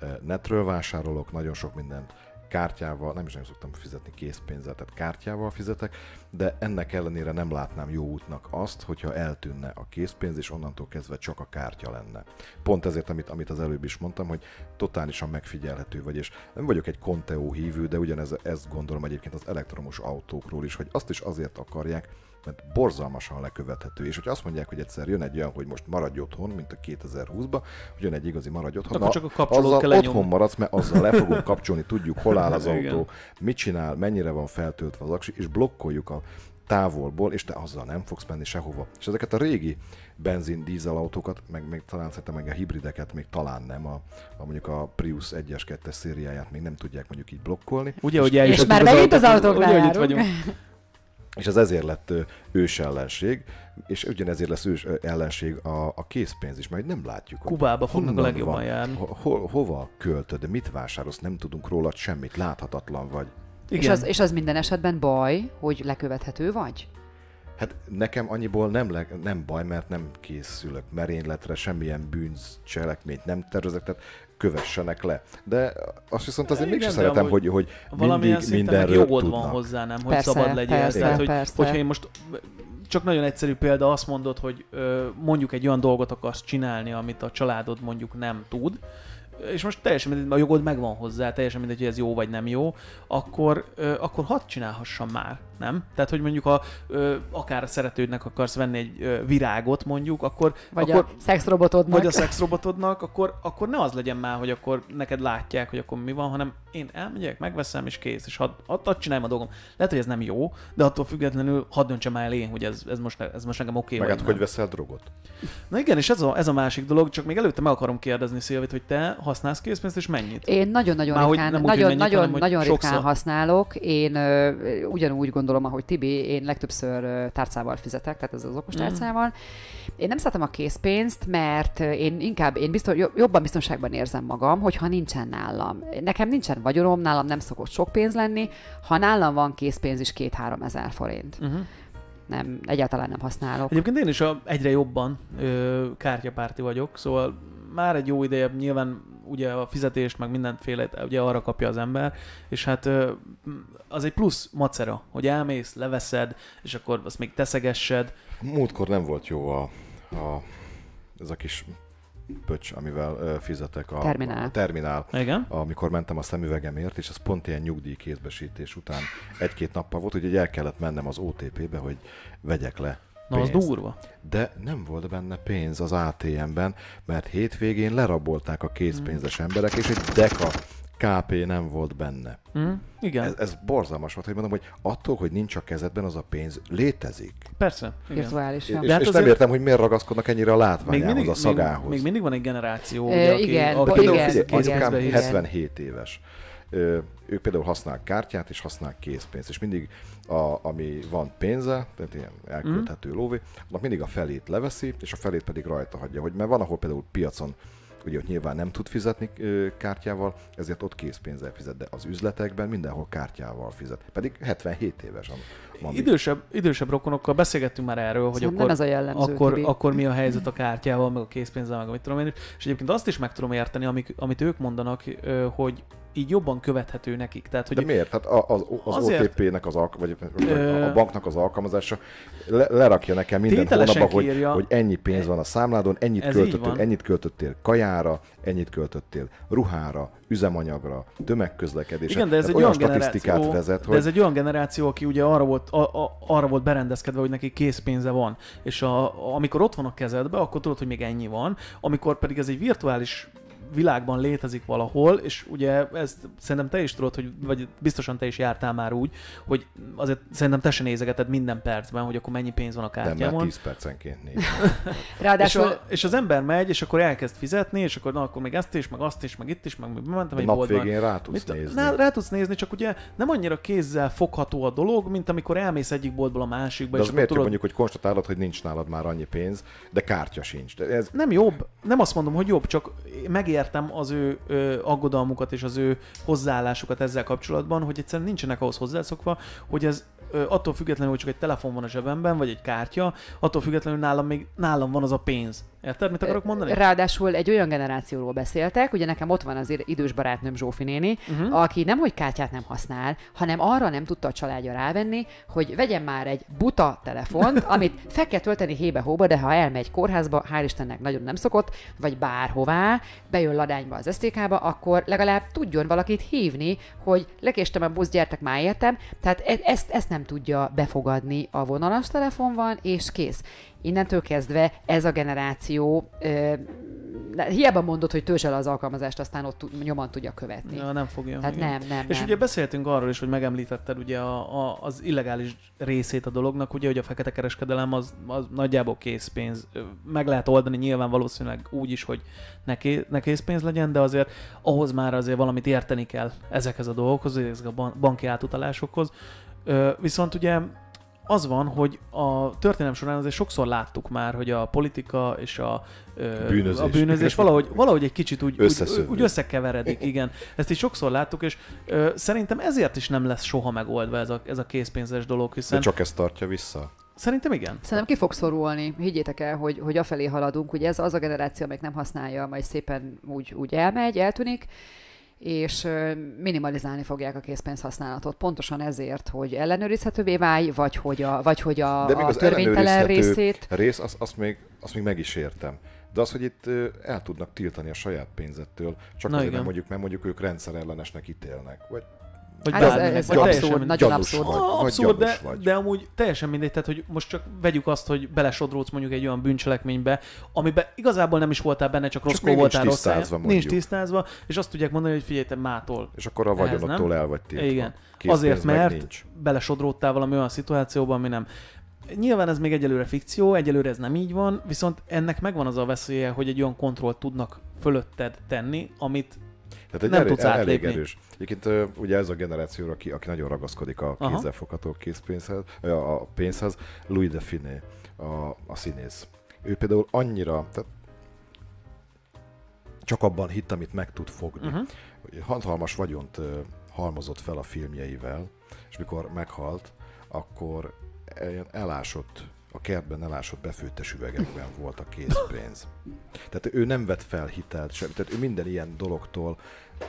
S1: eh, netről vásárolok, nagyon sok mindent kártyával, nem is nagyon szoktam fizetni készpénzzel, tehát kártyával fizetek, de ennek ellenére nem látnám jó útnak azt, hogyha eltűnne a készpénz, és onnantól kezdve csak a kártya lenne. Pont ezért, amit, amit az előbb is mondtam, hogy totálisan megfigyelhető vagy, és nem vagyok egy Conteo hívő, de ugyanez ezt gondolom egyébként az elektromos autókról is, hogy azt is azért akarják, mert borzalmasan lekövethető, és hogy azt mondják, hogy egyszer jön egy olyan, hogy most maradj otthon, mint a 2020-ban, hogy jön egy igazi maradj otthon,
S2: Akkor csak a kapcsolót
S1: azzal
S2: kell
S1: otthon
S2: lenyomni.
S1: maradsz, mert azzal le fogunk kapcsolni, tudjuk, hol áll az
S2: Igen.
S1: autó, mit csinál, mennyire van feltöltve az aksi, és blokkoljuk a távolból, és te azzal nem fogsz menni sehova. És ezeket a régi benzin, dízel autókat, meg, meg talán szerintem meg a hibrideket még talán nem, a, a mondjuk a Prius 1-es, 2-es szériáját még nem tudják mondjuk így blokkolni.
S2: Ugye, hogy
S3: És
S2: eljutottunk
S3: már megint az
S2: autókhoz,
S3: autóknál
S2: ugye, hogy itt
S3: járunk.
S2: vagyunk.
S1: És ez ezért lett ö, ős ellenség, és ugyanezért lesz ős ö, ellenség a, a készpénz is, majd nem látjuk. hogy
S2: Kubába fognak a
S1: honnan
S2: legjobban
S1: van,
S2: járni.
S1: ho- Hol, hova költöd, mit vásárolsz, nem tudunk rólad semmit, láthatatlan vagy.
S2: Igen.
S3: És az, és az minden esetben baj, hogy lekövethető vagy?
S1: Hát nekem annyiból nem, le, nem baj, mert nem készülök merényletre, semmilyen bűncselekményt nem tervezek, tehát kövessenek le. De azt viszont azért
S2: Igen,
S1: mégsem
S2: de
S1: szeretem,
S2: amúgy
S1: hogy, hogy
S2: Valamilyen
S1: mindig
S2: szinten meg
S1: mindenről
S2: jogod
S1: tudnak.
S2: van hozzá, nem? Hogy
S3: Persze,
S2: szabad legyél.
S3: persze,
S2: Tehát, hogy,
S3: persze.
S2: hogyha én most csak nagyon egyszerű példa, azt mondod, hogy ö, mondjuk egy olyan dolgot akarsz csinálni, amit a családod mondjuk nem tud, és most teljesen mindegy, a jogod megvan hozzá, teljesen mindegy, hogy ez jó vagy nem jó, akkor, ö, akkor hadd csinálhassam már, nem? Tehát, hogy mondjuk ha ö, akár a szeretődnek akarsz venni egy ö, virágot mondjuk, akkor,
S3: Vagy
S2: akkor
S3: a szexrobotodnak?
S2: vagy a szexrobotodnak, akkor, akkor ne az legyen már, hogy akkor neked látják, hogy akkor mi van, hanem én elmegyek, megveszem, és kész, és hadd had, had csináljam a dolgom. Lehet, hogy ez nem jó, de attól függetlenül hadd döntsem el én, hogy ez, ez, most, ne- ez most nekem oké
S1: Meg
S2: okay, vagy
S1: hát, hogy
S2: nem.
S1: veszel drogot?
S2: Na igen, és ez a, ez a másik dolog, csak még előtte meg akarom kérdezni, Szilvit, hogy te használsz készpénzt, és mennyit?
S3: Én nagyon-nagyon
S2: Már hogy
S3: ritkán,
S2: nem úgy, hogy
S3: nagyon,
S2: mennyit,
S3: nagyon,
S2: hanem, hogy
S3: nagyon ritkán
S2: sokszor.
S3: használok. Én ö, ugyanúgy gondolom, ahogy Tibi, én legtöbbször ö, tárcával fizetek, tehát ez az
S2: Mm.
S3: okos tárcával. Én nem szeretem a készpénzt, mert ö, én inkább, én biztos, jo- jobban biztonságban érzem magam, hogyha nincsen nálam. Nekem nincsen vagyonom, nálam nem szokott sok pénz lenni. Ha nálam van készpénz is, két-három ezer forint.
S2: Uh-huh.
S3: Nem, egyáltalán nem használok.
S2: Egyébként én is a, egyre jobban ö, kártyapárti vagyok, szóval már egy jó ideje, nyilván ugye a fizetést, meg mindenféle, ugye arra kapja az ember, és hát ö, az egy plusz macera, hogy elmész, leveszed, és akkor azt még teszegessed.
S1: Múltkor nem volt jó a, a ez a kis pöcs, amivel ö, fizetek a
S3: Terminál.
S1: A terminál
S2: Igen?
S1: amikor mentem a szemüvegemért, és az pont ilyen nyugdíj kézbesítés után egy-két nappal volt, hogy el kellett mennem az OTP-be, hogy vegyek le
S2: Na, az
S1: pénzt.
S2: durva.
S1: De nem volt benne pénz az ATM-ben, mert hétvégén lerabolták a készpénzes
S2: Hmm.
S1: emberek, és egy deka KP nem volt benne.
S2: Mm, igen,
S1: Ez, ez borzalmas volt, hogy mondom, hogy attól, hogy nincs a kezedben az a pénz, létezik.
S2: persze. Igen.
S3: virtuálisan.
S1: És,
S2: De hát
S1: és nem
S2: azért-
S1: értem, hogy miért ragaszkodnak ennyire a látványához, a szagához.
S2: még, még mindig van egy generáció,
S3: Ö,
S2: ugye, aki,
S3: igen,
S2: aki
S3: bo-
S1: Például
S3: igen,
S1: figyelj,
S3: igen,
S1: anyukám
S2: kézbe hisz.
S3: igen.
S1: 77 éves. Ö, ők például használ kártyát és használ készpénzt, és mindig a, ami van pénze, tehát ilyen elküldhető
S2: Mhm.
S1: mm. lóvé, annak mindig a felét leveszi, és a felét pedig rajta hagyja, hogy mert van, ahol például piacon ugye ott nyilván nem tud fizetni ö, kártyával, ezért ott készpénzzel fizet, de az üzletekben mindenhol kártyával fizet. Pedig 77 éves a mami.
S2: Idősebb, idősebb rokonokkal beszélgettünk már erről, hogy
S3: Szerintem
S2: akkor,
S3: nem ez a jellemző,
S2: akkor,
S3: Tibi.
S2: akkor mi a helyzet a kártyával, meg a készpénzzel, meg amit tudom én. És egyébként azt is meg tudom érteni, amik, amit ők mondanak, ö, hogy így jobban követhető nekik. Tehát, hogy
S1: De miért? Hát a- az, az
S2: Azért-
S1: OTP-nek az alk- vagy
S2: Ö-
S1: a banknak az alkalmazása le, lerakja nekem minden
S2: Tételesen
S1: hónapban, hogy,
S2: kiírja.
S1: hogy ennyi pénz van a számládon, ennyit
S2: Ez így
S1: költöttél,
S2: van.
S1: ennyit költöttél kajára, ennyit költöttél ruhára, üzemanyagra, tömegközlekedésre.
S2: igen, de ez
S1: Tehát
S2: egy
S1: hát olyan
S2: olyan
S1: statisztikát
S2: generáció,
S1: vezet,
S2: de
S1: hogy
S2: ez egy olyan generáció, aki ugye arra volt, a, a, arra volt berendezkedve, hogy neki készpénze van. És a, a, amikor ott van a kezedbe, akkor tudod, hogy még ennyi van. Amikor pedig ez egy virtuális világban létezik valahol, és ugye ezt szerintem te is tudod, hogy, vagy biztosan te is jártál már úgy, hogy azért szerintem te se nézegeted minden percben, hogy akkor mennyi pénz van a
S1: nem már
S2: kártyámon.
S1: 10 percenként négy.
S2: És,
S3: Ráadásul
S2: a, és az ember megy, és akkor elkezd fizetni, és akkor na, akkor még ezt is, meg azt is, meg itt is, meg mentem egy
S1: Nap
S2: boltban.
S1: végén rá tudsz
S2: Mit-
S1: nézni.
S2: Rá, rá tudsz nézni, csak ugye nem annyira kézzel fogható a dolog, mint amikor elmész egyik boltból a másikba,
S1: De az
S2: és
S1: miért
S2: akkor
S1: tudod...
S2: tudod,
S1: mondjuk, hogy konstatálod, hogy nincs nálad már annyi pénz, de kártya sincs. De ez,
S2: nem jobb, nem azt mondom, hogy jobb, csak megértem az ő ö, aggodalmukat és az ő hozzáállásukat ezzel kapcsolatban, hogy egyszerűen nincsenek ahhoz hozzászokva, hogy ez ö, attól függetlenül, hogy csak egy telefon van a zsebemben, vagy egy kártya, attól függetlenül nálam még nálam van az a pénz. Érted, mit akarok mondani?
S3: Ráadásul egy olyan generációról beszéltek, ugye nekem ott van az ir- idős barátnőm Zsófi néni, uh-huh. aki nem hogy kártyát nem használ, hanem arra nem tudta a családja rávenni, hogy vegyen már egy buta telefont, amit fel kell tölteni hébe-hóba, de ha elmegy kórházba, hál' Istennek nagyon nem szokott, vagy bárhová, bejön ladányba az SZTK-ba, akkor legalább tudjon valakit hívni, hogy lekéstem a busz, gyertek már értem. Tehát e- ezt, ezt nem tudja befogadni a vonalas telefon van, és kész. Innentől kezdve ez a generáció ö, de hiába mondod, hogy töltsd el az alkalmazást, aztán ott tud- nyoman tudja követni.
S2: Ja, nem fogja.
S3: Tehát
S2: igen.
S3: nem, nem,
S2: És
S3: nem.
S2: ugye beszéltünk arról is, hogy megemlítetted ugye a, a, az illegális részét a dolognak, ugye, hogy a fekete kereskedelem az, az nagyjából készpénz. Ö, Meg lehet oldani nyilván valószínűleg úgy is, hogy ne, ké, ne készpénz legyen, de azért ahhoz már azért valamit érteni kell ezekhez a dolgokhoz, ezek a ban- banki átutalásokhoz. Ö, viszont ugye az van, hogy a történelem során azért sokszor láttuk már, hogy a politika és a ö,
S1: Bűnözés.
S2: a bűnözés valahogy, valahogy egy kicsit úgy, úgy,
S1: Összeszövő.
S2: úgy összekeveredik, igen. Ezt is sokszor láttuk, és ö, szerintem ezért is nem lesz soha megoldva ez a, ez a készpénzes dolog,
S1: De
S2: hiszen csak...
S1: csak ezt tartja vissza.
S2: szerintem igen.
S3: Szerintem ki fog szorulni, higgyétek el, hogy, hogy afelé haladunk. Ugye ez az a generáció, amelyik nem használja, majd szépen úgy, úgy elmegy, eltűnik, és ö, minimalizálni fogják a készpénz használatot. Pontosan ezért, hogy ellenőrizhetővé válj, vagy hogy a, vagy hogy a,
S1: De még
S3: a
S1: az
S3: törvénytelen
S1: ellenőrizhető
S3: részét.
S1: rész, azt, azt, még, azt még meg is értem. De az, hogy itt ö, el tudnak tiltani a saját pénzettől, csak
S2: Na
S1: azért
S2: igen.
S1: nem mondjuk, mert mondjuk ők rendszerellenesnek ítélnek. Vagy
S2: Vagy
S3: Hát ez,
S2: bárminek,
S3: ez
S2: vagy teljesen
S3: abszurd,
S2: mindegy.
S3: nagyon
S1: Gyanús
S3: abszurd.
S1: vagy.
S2: Ah, abszolút, de,
S1: gyanús vagy.
S2: de amúgy teljesen mindegy, tehát hogy most csak vegyük azt, hogy belesodródsz mondjuk egy olyan bűncselekménybe, amiben igazából nem is voltál benne, csak
S1: Csak még
S2: rosszkó
S1: nincs
S2: voltál rossz
S1: tisztázva,
S2: helyen.
S1: mondjuk.
S2: Nincs tisztázva, és azt tudják mondani, hogy figyelj, te mától.
S1: és akkor a
S2: Ez
S1: vagyonottól
S2: nem.
S1: el vagy tiltva.
S2: Igen.
S1: Készpénz
S2: Azért,
S1: meg
S2: mert
S1: Nincs.
S2: belesodródtál valami olyan szituációba, ami nem. Nyilván ez még egyelőre fikció, egyelőre ez nem így van, viszont ennek megvan az a veszélye, hogy egy olyan kontrollt tudnak fölötted tenni, amit
S1: Tehát egy
S2: Nem
S1: elég,
S2: tudsz
S1: elég
S2: átlépni.
S1: erős. Egyébként ö, ugye ez a generáció, aki, aki nagyon ragaszkodik a
S2: Aha.
S1: kézzelfogható készpénzhez, ö, a pénzhez, Louis de Finé, a, a színész. Ő például annyira, tehát csak abban hitt, amit meg tud fogni.
S2: Mhm.
S1: Uh-huh. Hatalmas vagyont ö, halmozott fel a filmjeivel, és mikor meghalt, akkor ilyen elásott, a kertben elásott befőttes üvegekben volt a készpénz. Tehát ő nem vett fel hitelt sem, tehát ő minden ilyen dologtól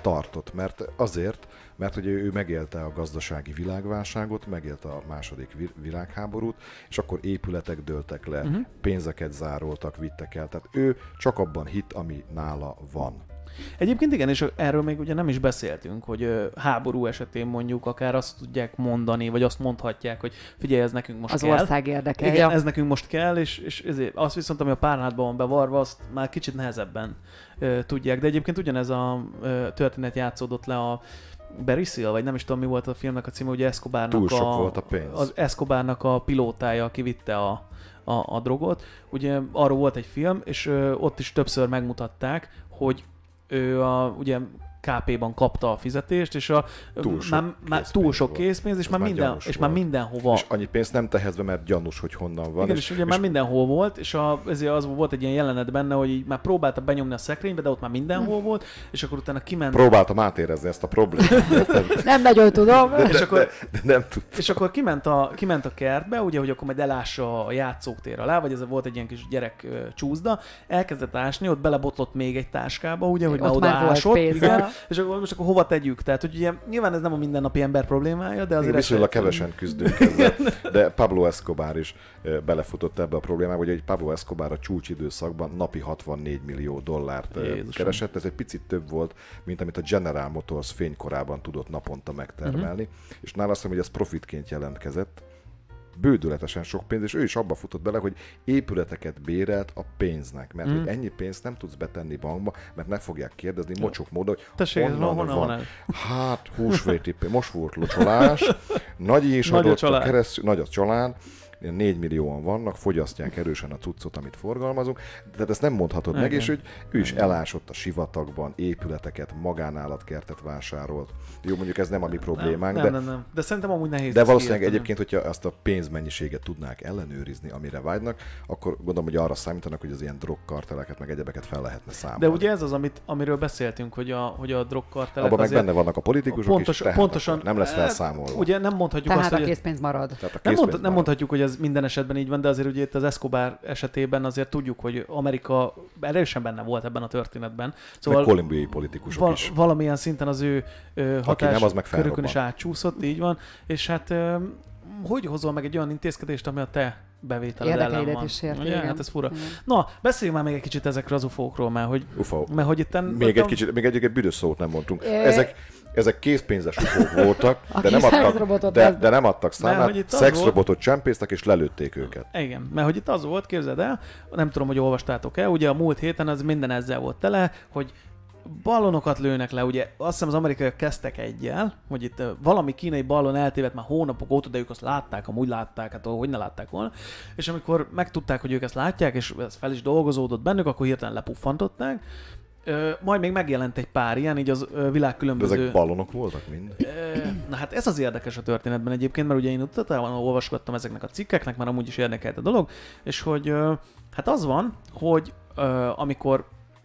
S1: tartott, mert azért, mert hogy ő megélte a gazdasági világválságot, megélte a második vi- világháborút, és akkor épületek dőltek le,
S2: Mhm.
S1: uh-huh. pénzeket zároltak, vittek el, tehát ő csak abban hit, ami nála van.
S2: Egyébként igen, és erről még ugye nem is beszéltünk, hogy ö, háború esetén mondjuk akár azt tudják mondani, vagy azt mondhatják, hogy figyelj, ez nekünk most
S3: Az
S2: kell.
S3: ország érdeke.
S2: Igen,
S3: ja.
S2: ez nekünk most kell, és, és ezért azt viszont, ami a párnádban van bevarva, azt már kicsit nehezebben ö, tudják. De egyébként ugyanez a ö, történet játszódott le a Berisil, vagy nem is tudom mi volt a filmnek a címe, ugye Escobarnak
S1: Túl sok
S2: a,
S1: volt a pénz.
S2: Az Escobarnak a pilótája, aki vitte a, a, a drogot. Ugye arról volt egy film, és ö, ott is többször megmutatták, hogy ő a, ugye KP-ban kapta a fizetést, és a,
S1: Túl sok
S2: már, már túl
S1: készpénz
S2: sok
S1: volt.
S2: készpénz, és
S1: Ez
S2: már,
S1: már
S2: minden,
S1: gyanús
S2: és már
S1: volt.
S2: mindenhova
S1: És annyi pénzt nem tehezve, mert gyanús, hogy honnan van.
S2: igen, és, ugye már mindenhol volt, és a, ezért az volt egy ilyen jelenet benne, hogy így már próbálta benyomni a szekrénybe, de ott már mindenhol volt, és akkor utána kiment,
S1: Próbáltam átérezni ezt a problémát, de, de,
S3: Nem nagyon tudom.
S2: és,
S1: de,
S2: akkor,
S1: de nem tud.
S2: és akkor kiment a, kiment a kertbe, ugye, hogy akkor majd elássa a játszóktér alá, vagy ez volt egy ilyen kis gyerek ö, csúszda, elkezdett ásni, ott belebotlott még egy táskába, ugye, hogy
S3: Ott
S2: már oda
S3: már volt
S2: ásott,
S3: pénz,
S2: igen,
S3: aha.
S2: és akkor most akkor hova tegyük? Tehát, hogy ugye nyilván ez nem a mindennapi ember problémája, de azért...
S1: Azért viszonylag
S2: esetleg-
S1: kevesen küzdünk ezzel, de Pablo Escobar is ö, belefutott ebbe a problémába, hogy egy Pablo Escobar a csúcsidőszakban napi 64 millió dollárt ö,
S2: Jézusom.
S1: keresett, ez egy picit több volt, mint amit a General Motors fénykorában tudott naponta
S2: Mhm.
S1: megtermelni, uh-huh. és nála azt hiszem, hogy ez profitként jelentkezett, bődületesen sok pénz, és ő is abba futott bele, hogy épületeket bérelt a pénznek, mert mm.
S2: Mhm.
S1: hogy ennyi pénzt nem tudsz betenni bankba, mert meg fogják kérdezni mocsok módon, hogy
S2: Tessék, ez honnan van ez?
S1: Hát, húsvéti, pé- most volt locsolás, nagy is
S2: Nagy a
S1: adott, a
S2: család.
S1: keresztül, nagy a család, 4 millióan vannak, fogyasztják erősen a cuccot, amit forgalmazunk, tehát ezt nem mondhatod meg,
S2: Igen.
S1: és hogy ő is elásott a sivatagban, épületeket, magánállatkertet vásárolt. Jó, mondjuk ez nem a mi problémánk,
S2: nem,
S1: de,
S2: nem, nem, de szerintem amúgy nehéz.
S1: de
S2: ezt
S1: valószínűleg
S2: kiérteni.
S1: egyébként, hogyha ezt a pénzmennyiséget tudnák ellenőrizni, amire vágynak, akkor gondolom, hogy arra számítanak, hogy az ilyen drogkarteleket, meg egyebeket fel lehetne számolni.
S2: De ugye ez az, amit, amiről beszéltünk, hogy a, hogy a drogkartelek
S1: Abban meg
S2: azért-
S1: benne vannak a politikusok
S2: Pontos-
S1: is, tehát
S2: pontosan-
S1: akkor nem lesz
S2: eh,
S1: felszámolva.
S2: Ugye nem mondhatjuk
S3: Tehát a
S2: azt, hogy...
S3: készpénz marad.
S1: Tehát a
S2: Nem,
S1: készpénz
S2: mond, nem
S1: marad.
S2: mondhatjuk, hogy ez minden esetben így van, de azért ugye itt az Escobar esetében azért tudjuk, hogy Amerika erősen benne volt ebben a történetben.
S1: Szóval
S2: Szóval
S1: kolumbiai politikusok
S2: val-
S1: is.
S2: valamilyen szinten az ő ö, hatás
S1: nem, az meg
S2: körökön is
S1: felrobban.
S2: átcsúszott, így van. És hát ö, hogy hozol meg egy olyan intézkedést, ami a te bevételed ellen
S3: Érdekeidet
S2: van?
S3: is sérti,
S2: Ugye?
S3: igen. Mm.
S2: Hát ez fura.
S3: Igen.
S2: Na, beszéljünk már még egy kicsit ezekről az ufókról, mert hogy,
S1: Ufa,
S2: mert hogy itt...
S1: még egy kicsit, még egyébként büdös szót nem mondtunk.
S3: Ö.
S1: Ezek, ezek készpénzes ufók voltak, de
S3: kis
S1: nem, adtak,
S3: szexrobotot
S1: de,
S3: az-
S1: de nem
S2: hogy
S1: adtak
S2: itt
S1: számát,
S2: az
S1: szexrobotot csempésztek és lelőtték őket.
S2: Igen, mert hogy itt az volt, képzeld el, nem tudom, hogy olvastátok el, ugye a múlt héten az minden ezzel volt tele, hogy ballonokat lőnek le, ugye azt hiszem az amerikaiak kezdtek egyel, hogy itt ö, valami kínai ballon eltévedt már hónapok óta, de ők azt látták, amúgy látták, hát hogy ne látták volna, és amikor megtudták, hogy ők ezt látják, és ez fel is dolgozódott bennük, akkor hirtelen lepuffantották, Ö, majd még megjelent egy pár ilyen, így az ö, világ
S1: De
S2: különböző...
S1: ezek ballonok voltak mind.
S2: Ö, Na hát ez az érdekes a történetben egyébként, mert ugye én utatában olvasgattam ezeknek a cikkeknek, már amúgy is érdekelt a dolog, és hogy ö, hát az van, hogy ö, amikor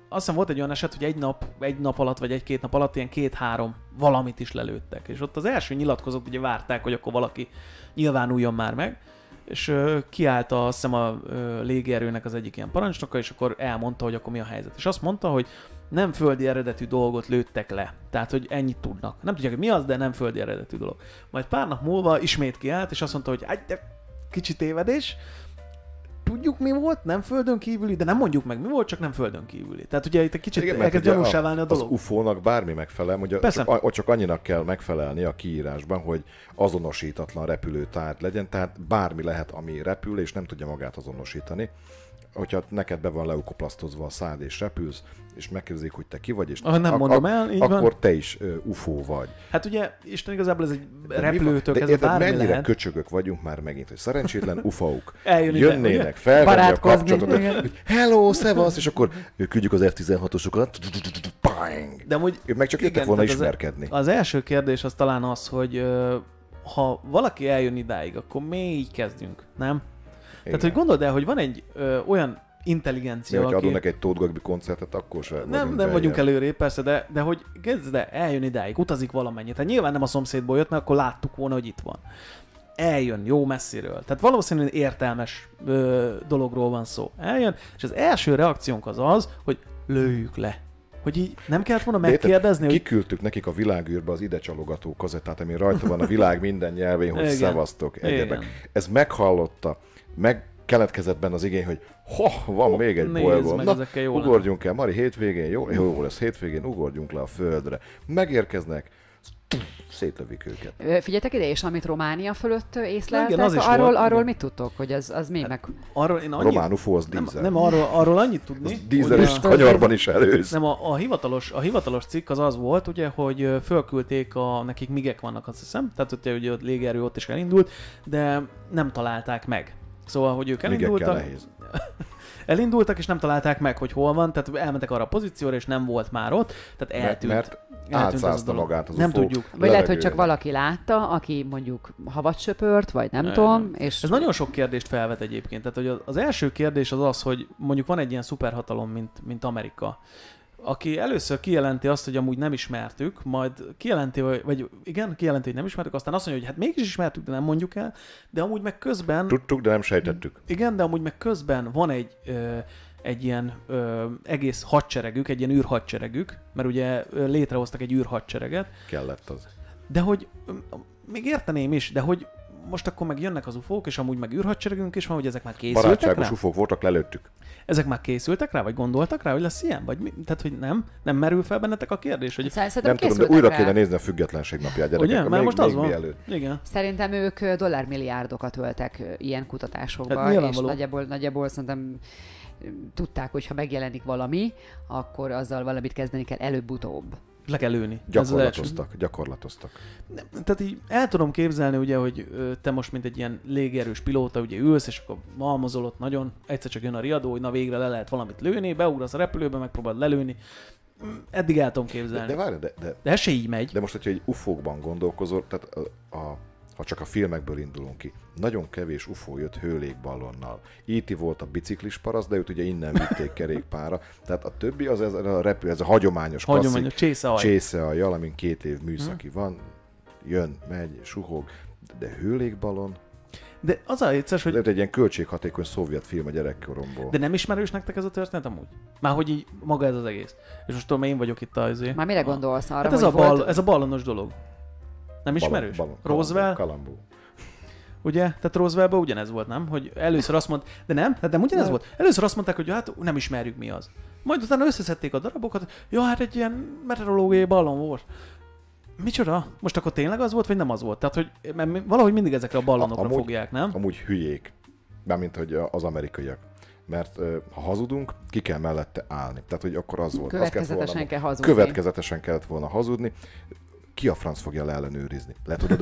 S2: azt hiszem volt egy olyan eset, hogy egy nap, egy nap alatt, vagy egy-két nap alatt ilyen két-három valamit is lelőttek. És ott az első nyilatkozót ugye várták, hogy akkor valaki nyilvánuljon már meg, és ö, kiállt a, azt hiszem a ö, légierőnek az egyik ilyen parancsnoka, és akkor elmondta, hogy akkor mi a helyzet. És azt mondta, hogy nem földi eredetű dolgot lőttek le. Tehát, hogy ennyit tudnak. Nem tudják, hogy mi az, de nem földi eredetű dolog. Majd pár nap múlva ismét kiállt, és azt mondta, hogy egy de kicsit tévedés, tudjuk mi volt, nem földön kívüli, de nem mondjuk meg mi volt, csak nem földön kívüli. Tehát ugye itt egy kicsit Igen, elkezd
S1: hát ugye
S2: gyanúsá válni a dolog.
S1: Az UFO-nak bármi megfelel, ugye
S2: Persze.
S1: csak, a- csak annyinak kell megfelelni a kiírásban, hogy azonosítatlan repülőtárgy legyen, tehát bármi lehet, ami repül, és nem tudja magát azonosítani. Hogyha neked be van leukoplasztozva a szád, és repülsz, és megkérdezik, hogy te ki vagy, és
S2: Ah, nem mondom el, így van.
S1: akkor te is ö, UFO vagy.
S2: Hát ugye, Isten igazából ez egy
S1: De mi van-
S2: repülőtől
S1: de
S2: kezdve
S1: érted,
S2: bármi
S1: mennyire
S2: lehet.
S1: köcsögök vagyunk már megint, hogy szerencsétlen ufauk
S2: Eljön ide, ugye?
S1: jönnének, felvenni a
S3: Barátkozni.
S1: kapcsolatot,
S3: Igen.
S1: hogy hello, szevasz, és akkor küldjük az F-16-osokat, bang!
S2: De amúgy,
S1: Ők meg csak jöttek
S2: igen,
S1: volna
S2: tehát az-
S1: ismerkedni.
S2: Az első kérdés az talán az, hogy ö, ha valaki eljön idáig, akkor mi így kezdjünk, nem? Igen. Tehát, hogy gondold el, hogy van egy ö, olyan
S1: Mi,
S2: intelligencia, aki...
S1: hogyha adunk neki egy Tóth Gagbi koncertet, akkor sem
S2: Nem, nem vagyunk előrébb, persze, de, de hogy kezd de eljön idáig, utazik valamennyit. Hát nyilván nem a szomszédból jött, mert akkor láttuk volna, hogy itt van. Eljön jó messziről. Tehát valószínűleg értelmes ö, dologról van szó. Eljön, és az első reakciónk az az, hogy lőjük le. Hogy így nem kellett volna
S1: De érted,
S2: megkérdezni, hogy
S1: Kiküldtük nekik a világűrbe az ide csalogató kazettát, ami rajta van a világ minden nyelvén, hogy
S2: Igen.
S1: szevasztok, egyebek.
S2: Igen.
S1: Ez meghallotta, meg keletkezett benne az igény, hogy ho, van még egy
S2: nézd
S1: bolygó.
S2: meg, ezekkel jó lenne.
S1: ugorjunk el, Mari, hétvégén, jó, jó lesz, hétvégén ugorjunk le a földre. Megérkeznek, szétlövik őket.
S3: Ö, Figyeljetek ide, és amit Románia fölött ö, észleltek,
S2: Igen, az is
S3: arról,
S2: volt,
S3: arról
S2: igen. Hát,
S3: mit tudtok, hogy az, az mi meg...
S2: arról én
S1: A
S2: annyit
S1: román UFO az
S2: Nem,
S1: dízel.
S2: nem arról, arról annyit tudni.
S1: Dízel
S2: hogy
S1: és
S2: a-
S1: kanyarban is előz.
S2: nem, a, a, hivatalos, a hivatalos cikk az az volt, ugye, hogy ö, fölküldték, a, nekik migek vannak, azt hiszem, tehát ott, ugye ott légerő ott is elindult, de nem találták meg. Szóval, hogy ők
S1: Migekkel
S2: elindultak,
S1: nehéz.
S2: elindultak, és nem találták meg, hogy hol van, tehát elmentek arra a pozícióra, és nem volt már ott, tehát
S1: Mert,
S2: eltűnt.
S1: mert
S2: Eltűnt ez a
S1: átszázta
S2: dolog.
S1: magát az
S2: Nem
S1: UFO
S2: tudjuk.
S3: Vagy lehet, hogy csak
S1: levegőre.
S3: valaki látta, aki mondjuk havat söpört, vagy nem
S2: Nem.
S3: tudom, és...
S2: Ez nagyon sok kérdést felvet egyébként. Tehát hogy az- az első kérdés az az, hogy mondjuk van egy ilyen szuperhatalom, mint, mint Amerika, aki először kijelenti azt, hogy amúgy nem ismertük, majd kijelenti, vagy, vagy igen, kijelenti, hogy nem ismertük, aztán azt mondja, hogy hát mégis ismertük, de nem mondjuk el, de amúgy meg közben...
S1: Tudtuk, de nem sejtettük.
S2: Igen, de amúgy meg közben van egy, ö, egy ilyen ö, egész hadseregük, egy ilyen űrhadseregük, mert ugye ö, létrehoztak egy űrhadsereget,
S1: Kellett az.
S2: de hogy, öm, még érteném is, de hogy most akkor meg jönnek az ufók, és amúgy meg űrhadseregünk is van, hogy ezek már készültek
S1: Barátságos
S2: rá?
S1: ufók voltak,
S3: Hát
S1: lelőttük.
S2: Ezek már készültek rá, vagy gondoltak rá, hogy lesz ilyen? Vagy mi? Tehát, hogy nem? Nem merül fel bennetek a kérdés? Hogy,
S3: Szerintem
S1: Nem tudom, de
S3: készültek
S1: újra
S3: rá.
S1: kéne nézni a függetlenség napját gyerekek.
S2: ugye?
S1: Még,
S2: Mert most az
S1: még
S2: van.
S1: Mielőtt.
S2: Igen.
S3: Szerintem ők ö, dollármilliárdokat öltek ö, ilyen kutatásokba,
S2: Hát
S3: hát és
S2: nyilvánvaló.
S3: nagyjából, nagyjából szerintem ö, tudták, hogy ha megjelenik valami, akkor azzal valamit kezdeni kell előbb-utóbb.
S2: Le kell lőni. Ez az első.
S1: Gyakorlatoztak, gyakorlatoztak.
S2: Tehát így el tudom képzelni, ugye, hogy ö, te most, mint egy ilyen légierős pilóta, ugye ülsz, és akkor malmozol ott nagyon, egyszer csak jön a riadó, hogy na végre le lehet valamit lőni, beugrasz a repülőbe, megpróbáld lelőni. Mm, Eddig el tudom
S1: De,
S2: képzelni.
S1: de
S2: De,
S1: várj, de, de,
S2: de ez se így megy.
S1: de most, hogyha egy ufókban gondolkozol, tehát a, a, ha csak a filmekből indulunk ki, nagyon kevés ufó jött hőlékballonnal. Íti volt a biciklis paraszt, de őt ugye innen vitték kerékpára. Tehát a többi az ez a repül, ez a hagyományos,
S2: Hagyományos
S1: klasszik
S2: csésze alj.
S1: csészealjal, amin két
S2: Hm.
S1: év műszaki van, jön, megy, suhog, de hőlékballon,
S2: De az a egyszer, hogy
S1: hogy... egy ilyen költséghatékony szovjet film a gyerekkoromból.
S2: De nem ismerős nektek ez a történet amúgy? Már hogy így maga ez az egész. És most tudom, én vagyok itt az.
S3: Már mire gondolsz arra,
S2: Hát ez a,
S3: hogy
S2: bal,
S3: volt...
S2: ez a ballonos dolog. Nem ismerős? Roosevelt,
S1: Kalambó.
S2: ugye? Tehát Rooseveltben ugyanez volt, nem? Hogy először azt mondta, de nem, hát nem ugyanez volt. Először azt mondták, hogy hát nem ismerjük mi az. Majd utána összeszedték a darabokat, jó, hát egy ilyen meteorológiai ballon volt. Micsoda? Most akkor tényleg az volt, vagy nem az volt? Tehát, hogy mert mi- valahogy mindig ezekre a ballonokra
S1: Amúgy-
S2: fogják, nem?
S1: Amúgy hülyék, mármint hogy a- az amerikaiak. Mert ö, ha hazudunk, ki kell mellette állni. Tehát, hogy akkor az volt. Azt kellett volna,
S3: Következetesen kell hazudni.
S1: következetesen kellett volna hazudni. Ki a franc fogja le ellenőrizni? Le tudod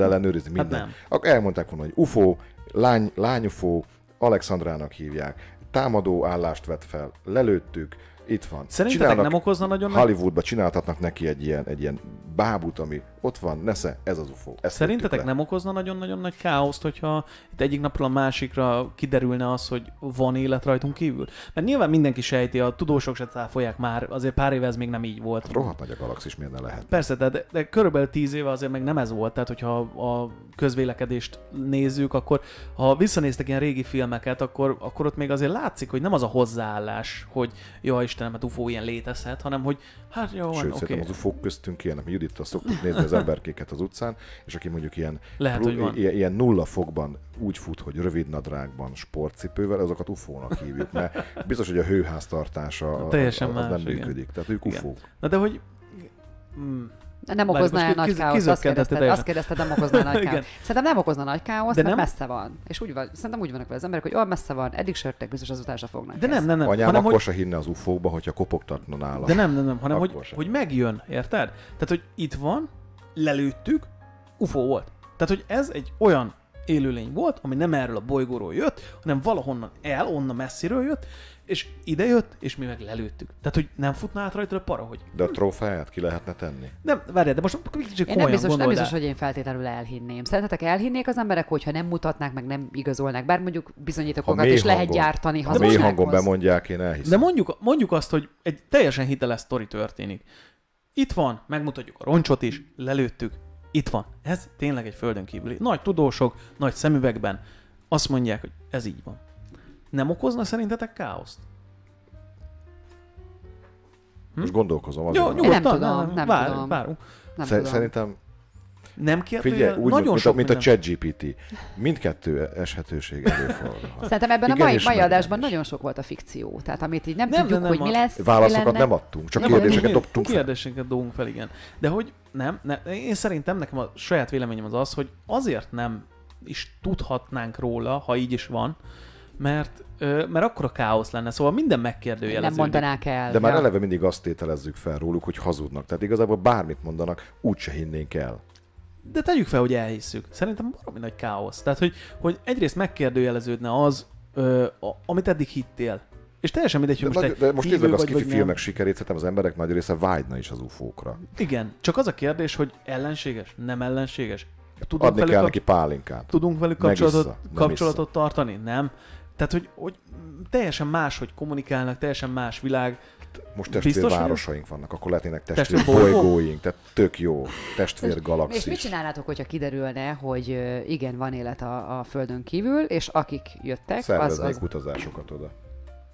S2: Hát
S1: ellenőrizni minden?
S2: nem.
S1: Akkor elmondták volna, hogy UFO, lány, lányufó, Alexandrának hívják, támadó állást vett fel, lelőttük, Itt van.
S2: Szerintetek
S1: Csinálnak-
S2: nem okozna nagyon nagy...
S1: Hollywoodba csináltatnak neki egy ilyen, egy ilyen bábút, ami ott van, nesze, ez az UFO. Ezt
S2: Szerintetek
S1: vettük le.
S2: nem okozna nagyon-nagyon nagy káoszt, hogyha itt egyik napról a másikra kiderülne az, hogy van élet rajtunk kívül? Mert nyilván mindenki sejti, a tudósok se cáfolják már, azért pár éve ez még nem így volt.
S1: Rohadt nagy a galaxis, miért ne lehet?
S2: Persze, de, de, de körülbelül tíz éve azért meg nem ez volt, tehát hogyha a közvélekedést nézzük, akkor ha visszanéztek ilyen régi filmeket, akkor, akkor ott még azért látszik, hogy nem az a hozzáállás, hogy jaj Istenem, hát UFO ilyen létezhet, hanem hogy hát jó,
S1: Sőt,
S2: van,
S1: okay.
S2: oké.
S1: szerintem az ufók köztünk ilyenek. Mi Judittal szoktuk nézni az emberkéket az utcán, és aki mondjuk ilyen,
S2: Lehet, Hát, hogy van.
S1: ilyen, ilyen nulla fokban úgy fut, hogy rövid nadrágban, sportcipővel, azokat ufónak hívjuk, mert biztos, hogy a hőháztartása a-
S2: Teljesen
S1: az nem
S2: más, igen.
S1: működik. Tehát ők
S2: Igen.
S1: ufók.
S2: Na de hogy... Mm,
S3: Nem
S2: Várj,
S3: okozná
S2: most
S3: el
S2: ki-
S3: nagy
S2: kiz-
S3: káoszt, azt
S2: kizökkentette
S3: kérdezted,
S2: teljesen.
S3: azt kérdezted, nem okozná nagy
S2: Igen.
S3: káoszt. Szerintem nem okozna nagy káoszt,
S2: De
S3: mert
S2: nem?
S3: messze van. És úgy van, szerintem úgy vannak vele az emberek, hogy olyan messze van, eddig sörtek, biztos azután se fognak.
S2: de nem,
S3: ezt.
S2: nem, nem.
S1: Anyám
S2: hanem,
S1: akkor
S2: hogy,
S1: se hinne az ufókba, hogyha kopogtatna nála.
S2: de nem, nem, nem, hanem
S1: Akkor
S2: hogy,
S1: sem.
S2: hogy megjön, érted? Tehát, hogy itt van, lelőttük, UFO volt. Tehát, hogy ez egy olyan élőlény volt, ami nem erről a bolygóról jött, hanem valahonnan el, onnan messziről jött, és ide jött, és mi meg lelőttük. Tehát, hogy nem futná át rajta a para, hogy...
S1: De a trófeáját ki lehetne tenni?
S2: Nem, várjál, de most kicsit
S3: Én nem
S2: komolyan
S3: biztos, nem
S2: gondold
S3: biztos,
S2: el.
S3: hogy én feltétlenül elhinném. Szerintetek elhinnék az emberek, hogyha nem mutatnák, meg nem igazolnák, bár mondjuk bizonyítékokat
S1: mély
S3: is lehet
S1: hangon-
S3: gyártani
S1: Ha mély hangon
S3: hazugsághoz.
S1: bemondják, én elhiszem.
S2: De mondjuk, mondjuk azt, hogy egy teljesen hiteles sztori történik. Itt van, megmutatjuk a roncsot is, lelőttük, itt van. Ez tényleg egy földön kívüli. Nagy tudósok, nagy szemüvegben azt mondják, hogy ez így van. Nem okozna szerintetek káoszt?
S1: Most gondolkozom
S2: Jó,
S1: azon.
S2: nyugodtan.
S3: tudom, nem
S2: vár,
S3: tudom.
S2: Várunk.
S3: Nem
S1: Szer-
S3: tudom.
S1: Szerintem,
S2: Nem kérdő,
S1: figyelj, úgy,
S2: Hát, nagyon
S1: mint,
S2: sok
S1: a, mint a
S2: minden-
S1: ChatGPT. Mindkettő eshetőség előfordulhat.
S3: Szerintem ebben
S1: Igen,
S3: a mai,
S1: és
S3: mai
S1: meg
S3: adásban
S1: nem is.
S3: nagyon sok volt a fikció. Tehát amit így nem,
S2: Nem,
S3: tudjuk,
S2: nem,
S3: hogy
S2: nem,
S3: mi
S2: a-
S3: lesz, mi
S1: Válaszokat
S3: lenne.
S1: nem adtunk, csak
S2: Nem,
S1: kérdéseket
S2: nem,
S1: dobtunk fel.
S2: Kérdéseket dobunk fel, igen. De hogy nem, nem, én szerintem nekem a saját véleményem az az, hogy azért nem is tudhatnánk róla, ha így is van, mert, ö, mert akkor a káosz lenne. Szóval minden
S3: nem
S2: megkérdőjeleződik.
S3: mondanák el.
S1: De már
S3: Ja.
S1: eleve mindig azt tételezzük fel róluk, hogy hazudnak. Tehát igazából bármit mondanak, úgyse hinnénk el.
S2: De tegyük fel, hogy elhisszük. Szerintem valami nagy káosz. Tehát, hogy, hogy egyrészt megkérdőjeleződne az, ö, a, amit eddig hittél. És teljesen mindegy, hogy
S1: De
S2: most
S1: nagy-
S2: egy
S1: de most nézd meg
S2: hívő vagy,
S1: a skifi
S2: vagy nem.
S1: filmek sikerét, szerintem az emberek nagy része vágyna is az ufókra.
S2: Igen, csak az a kérdés, hogy ellenséges, nem ellenséges. Tudunk
S1: Adni
S2: velük
S1: kell
S2: a-
S1: neki pálinkát.
S2: tudunk velük
S1: Megissza,
S2: kapcsolatot,
S1: nem
S2: kapcsolatot tartani? Nem. Tehát, hogy, hogy teljesen más, hogy kommunikálnak, teljesen más világ.
S1: Most
S2: Biztos, hogy-
S1: testvérvárosaink vannak, akkor lehetnének testvér
S2: Testvérbolygók?
S1: bolygóink, tehát tök jó. Testvér
S3: És mit
S1: galaxis.
S3: csinálnátok, hogyha kiderülne, hogy ö, igen, van élet a, a Földön kívül, és akik jöttek, az, az
S1: Szerveznék utazásokat oda.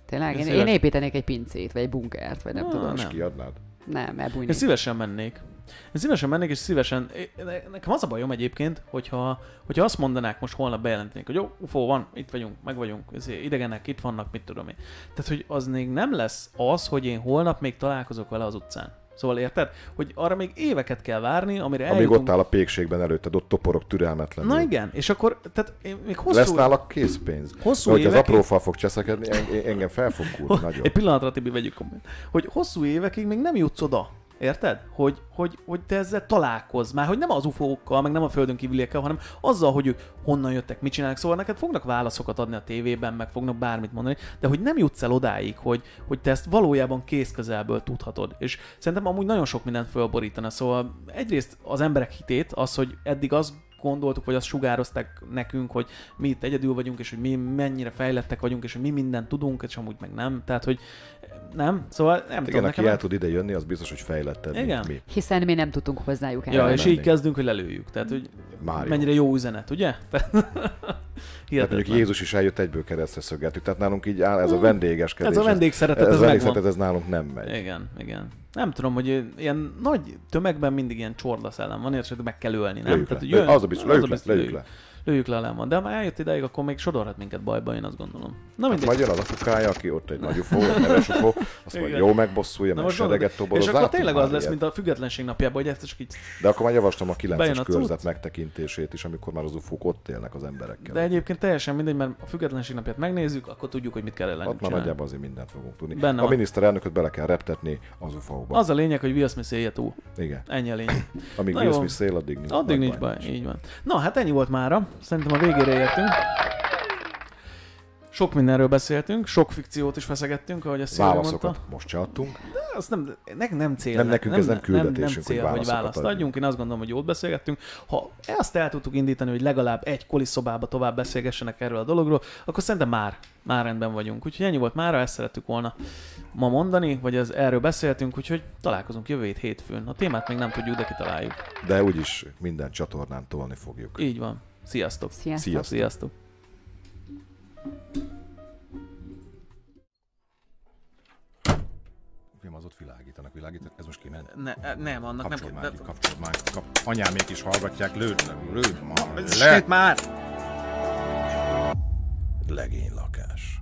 S3: tényleg, én,
S2: Szívesen.
S3: én építenék egy pincét, vagy egy bunkert, vagy nem
S2: Na,
S3: tudom.
S1: És
S2: Ah, Nem.
S1: kiadnád?
S3: Nem,
S2: Én
S3: elbújnék.
S2: szívesen mennék. Én szívesen mennék, és szívesen... é- ne- Nekem az a bajom egyébként, hogyha, hogyha azt mondanák, most holnap bejelentenék, hogy jó, ufó van, itt vagyunk, meg vagyunk, izé, idegenek, itt vannak, mit tudom én. Tehát, hogy az még nem lesz az, hogy én holnap még találkozok vele az utcán. Szóval érted? Hogy arra még éveket kell várni, amire
S1: Amíg
S2: eljutunk.
S1: ott áll a pékségben előtted, ott toporok türelmetlenül.
S2: Na igen, és akkor, tehát én még hosszú...
S1: Lesz nálak készpénz.
S2: Hosszú
S1: Hogy az
S2: évekig-
S1: aprófal fog cseszekedni, en- engem fel fog kúrni
S2: Ho-
S1: nagyon.
S2: Egy pillanatra, Tibi, vegyük komolyan. Hogy hosszú évekig még nem jutsz oda. Érted? Hogy, hogy, hogy te ezzel találkozz már, hogy nem az UFO-kkal, meg nem a földön kívüliekkel, hanem azzal, hogy ők honnan jöttek, mit csinálnak. Szóval neked fognak válaszokat adni a tévében, meg fognak bármit mondani, de hogy nem jutsz el odáig, hogy, hogy te ezt valójában kézközelből tudhatod. És szerintem amúgy nagyon sok mindent fölborítana. Szóval egyrészt az emberek hitét, az, hogy eddig az gondoltuk, vagy azt sugározták nekünk, hogy mi itt egyedül vagyunk, és hogy mi mennyire fejlettek vagyunk, és hogy mi mindent tudunk, és amúgy meg nem. Tehát, hogy nem, szóval nem
S1: Hát
S2: tudom,
S1: Igen, aki
S2: nekem...
S1: el tud ide jönni, az biztos, hogy fejlettebb,
S2: Igen.
S1: mint mi.
S3: Hiszen mi nem tudtunk hozzájuk el.
S2: Ja, és így
S1: menni.
S2: kezdünk, hogy lelőjük. Tehát, hogy
S1: Már jó.
S2: mennyire jó üzenet, ugye? Tehát-
S1: Tehát
S2: Hihetetlen. Mm.
S1: mondjuk Jézus is eljött egyből keresztre szögeltük, tehát nálunk így áll ez a vendégeskedés.
S2: Ez a vendégszeretet, ez,
S1: ez,
S2: ez megvan.
S1: vendégszeretet, ez nálunk nem megy.
S2: Igen, igen. Nem tudom, hogy ilyen nagy tömegben mindig ilyen csorda szellem van, és meg kell ölni, nem?
S1: Lőjük
S2: Tehát,
S1: le.
S2: hogy jön-
S1: Az a biztos, lőjük le, lőjük le.
S2: Lőjük le, le van. De ha már eljött ideig, akkor még sodorhat minket bajba, én azt gondolom. Na
S1: Hát
S2: mindegy.
S1: majd jön az apukája, aki ott egy nagy ufó, egy neves ufó, azt majd
S2: Igen.
S1: jó megbosszulja,
S2: Na
S1: mert
S2: most gondolod,
S1: sereget
S2: és
S1: toborozzák.
S2: akkor tényleg az lesz, mint a függetlenség napjában, hogy ezt csak így...
S1: De akkor már javaslom a
S2: Bejön
S1: 9-es
S2: a cucc.
S1: körzet megtekintését is, amikor már az ufók ott élnek az
S2: De
S1: emberekkel.
S2: egyébként teljesen mindegy, mert a függetlenség napját megnézzük, akkor tudjuk, hogy mit kell ellenünk
S1: Ott már
S2: csinálni.
S1: nagyjából azért mindent fogunk tudni.
S2: Benne
S1: a
S2: van.
S1: miniszterelnököt bele kell reptetni az ufóba.
S2: Az a lényeg, hogy Will Smith élje túl.
S1: Igen.
S2: Ennyi a lényeg.
S1: Amíg
S2: Na
S1: Will
S2: jó.
S1: Smith szél, addig nincs,
S2: Addig nincs baj, így van. Na, hát ennyi volt mára. Szerintem a végére értünk. Sok mindenről beszéltünk, sok fikciót is feszegettünk, ahogy a Szilvi mondta.
S1: Válaszokat most se adtunk.
S2: Azt nem, ne, nem cél.
S1: Nem, nekünk ez nem küldetésünk, hogy
S2: cél, hogy
S1: válaszokat
S2: választ
S1: adjunk.
S2: adjunk. Én azt gondolom, hogy jól beszélgettünk. Ha ezt el tudtuk indítani, hogy legalább egy koliszobába tovább beszélgessenek erről a dologról, akkor szerintem már, már rendben vagyunk. Úgyhogy ennyi volt mára, ezt szerettük volna ma mondani, vagy ez, erről beszéltünk, úgyhogy találkozunk jövő hét hétfőn. A témát még nem tudjuk, de kitaláljuk.
S1: De úgyis minden csatornán tolni fogjuk.
S2: Így van. Sziasztok!
S3: Sziasztok!
S1: Sziasztok.
S2: Sziasztok!
S5: Film az ott világítanak, világítanak, ez most kiment.
S2: Ne, nem, annak
S5: Kapcsolod már
S2: nem
S5: ki, kapcsolod már ki, kap... Anyámék is hallgatják, lőd le, lőd már
S2: kell.
S5: le.
S2: már!
S5: Legény lakás.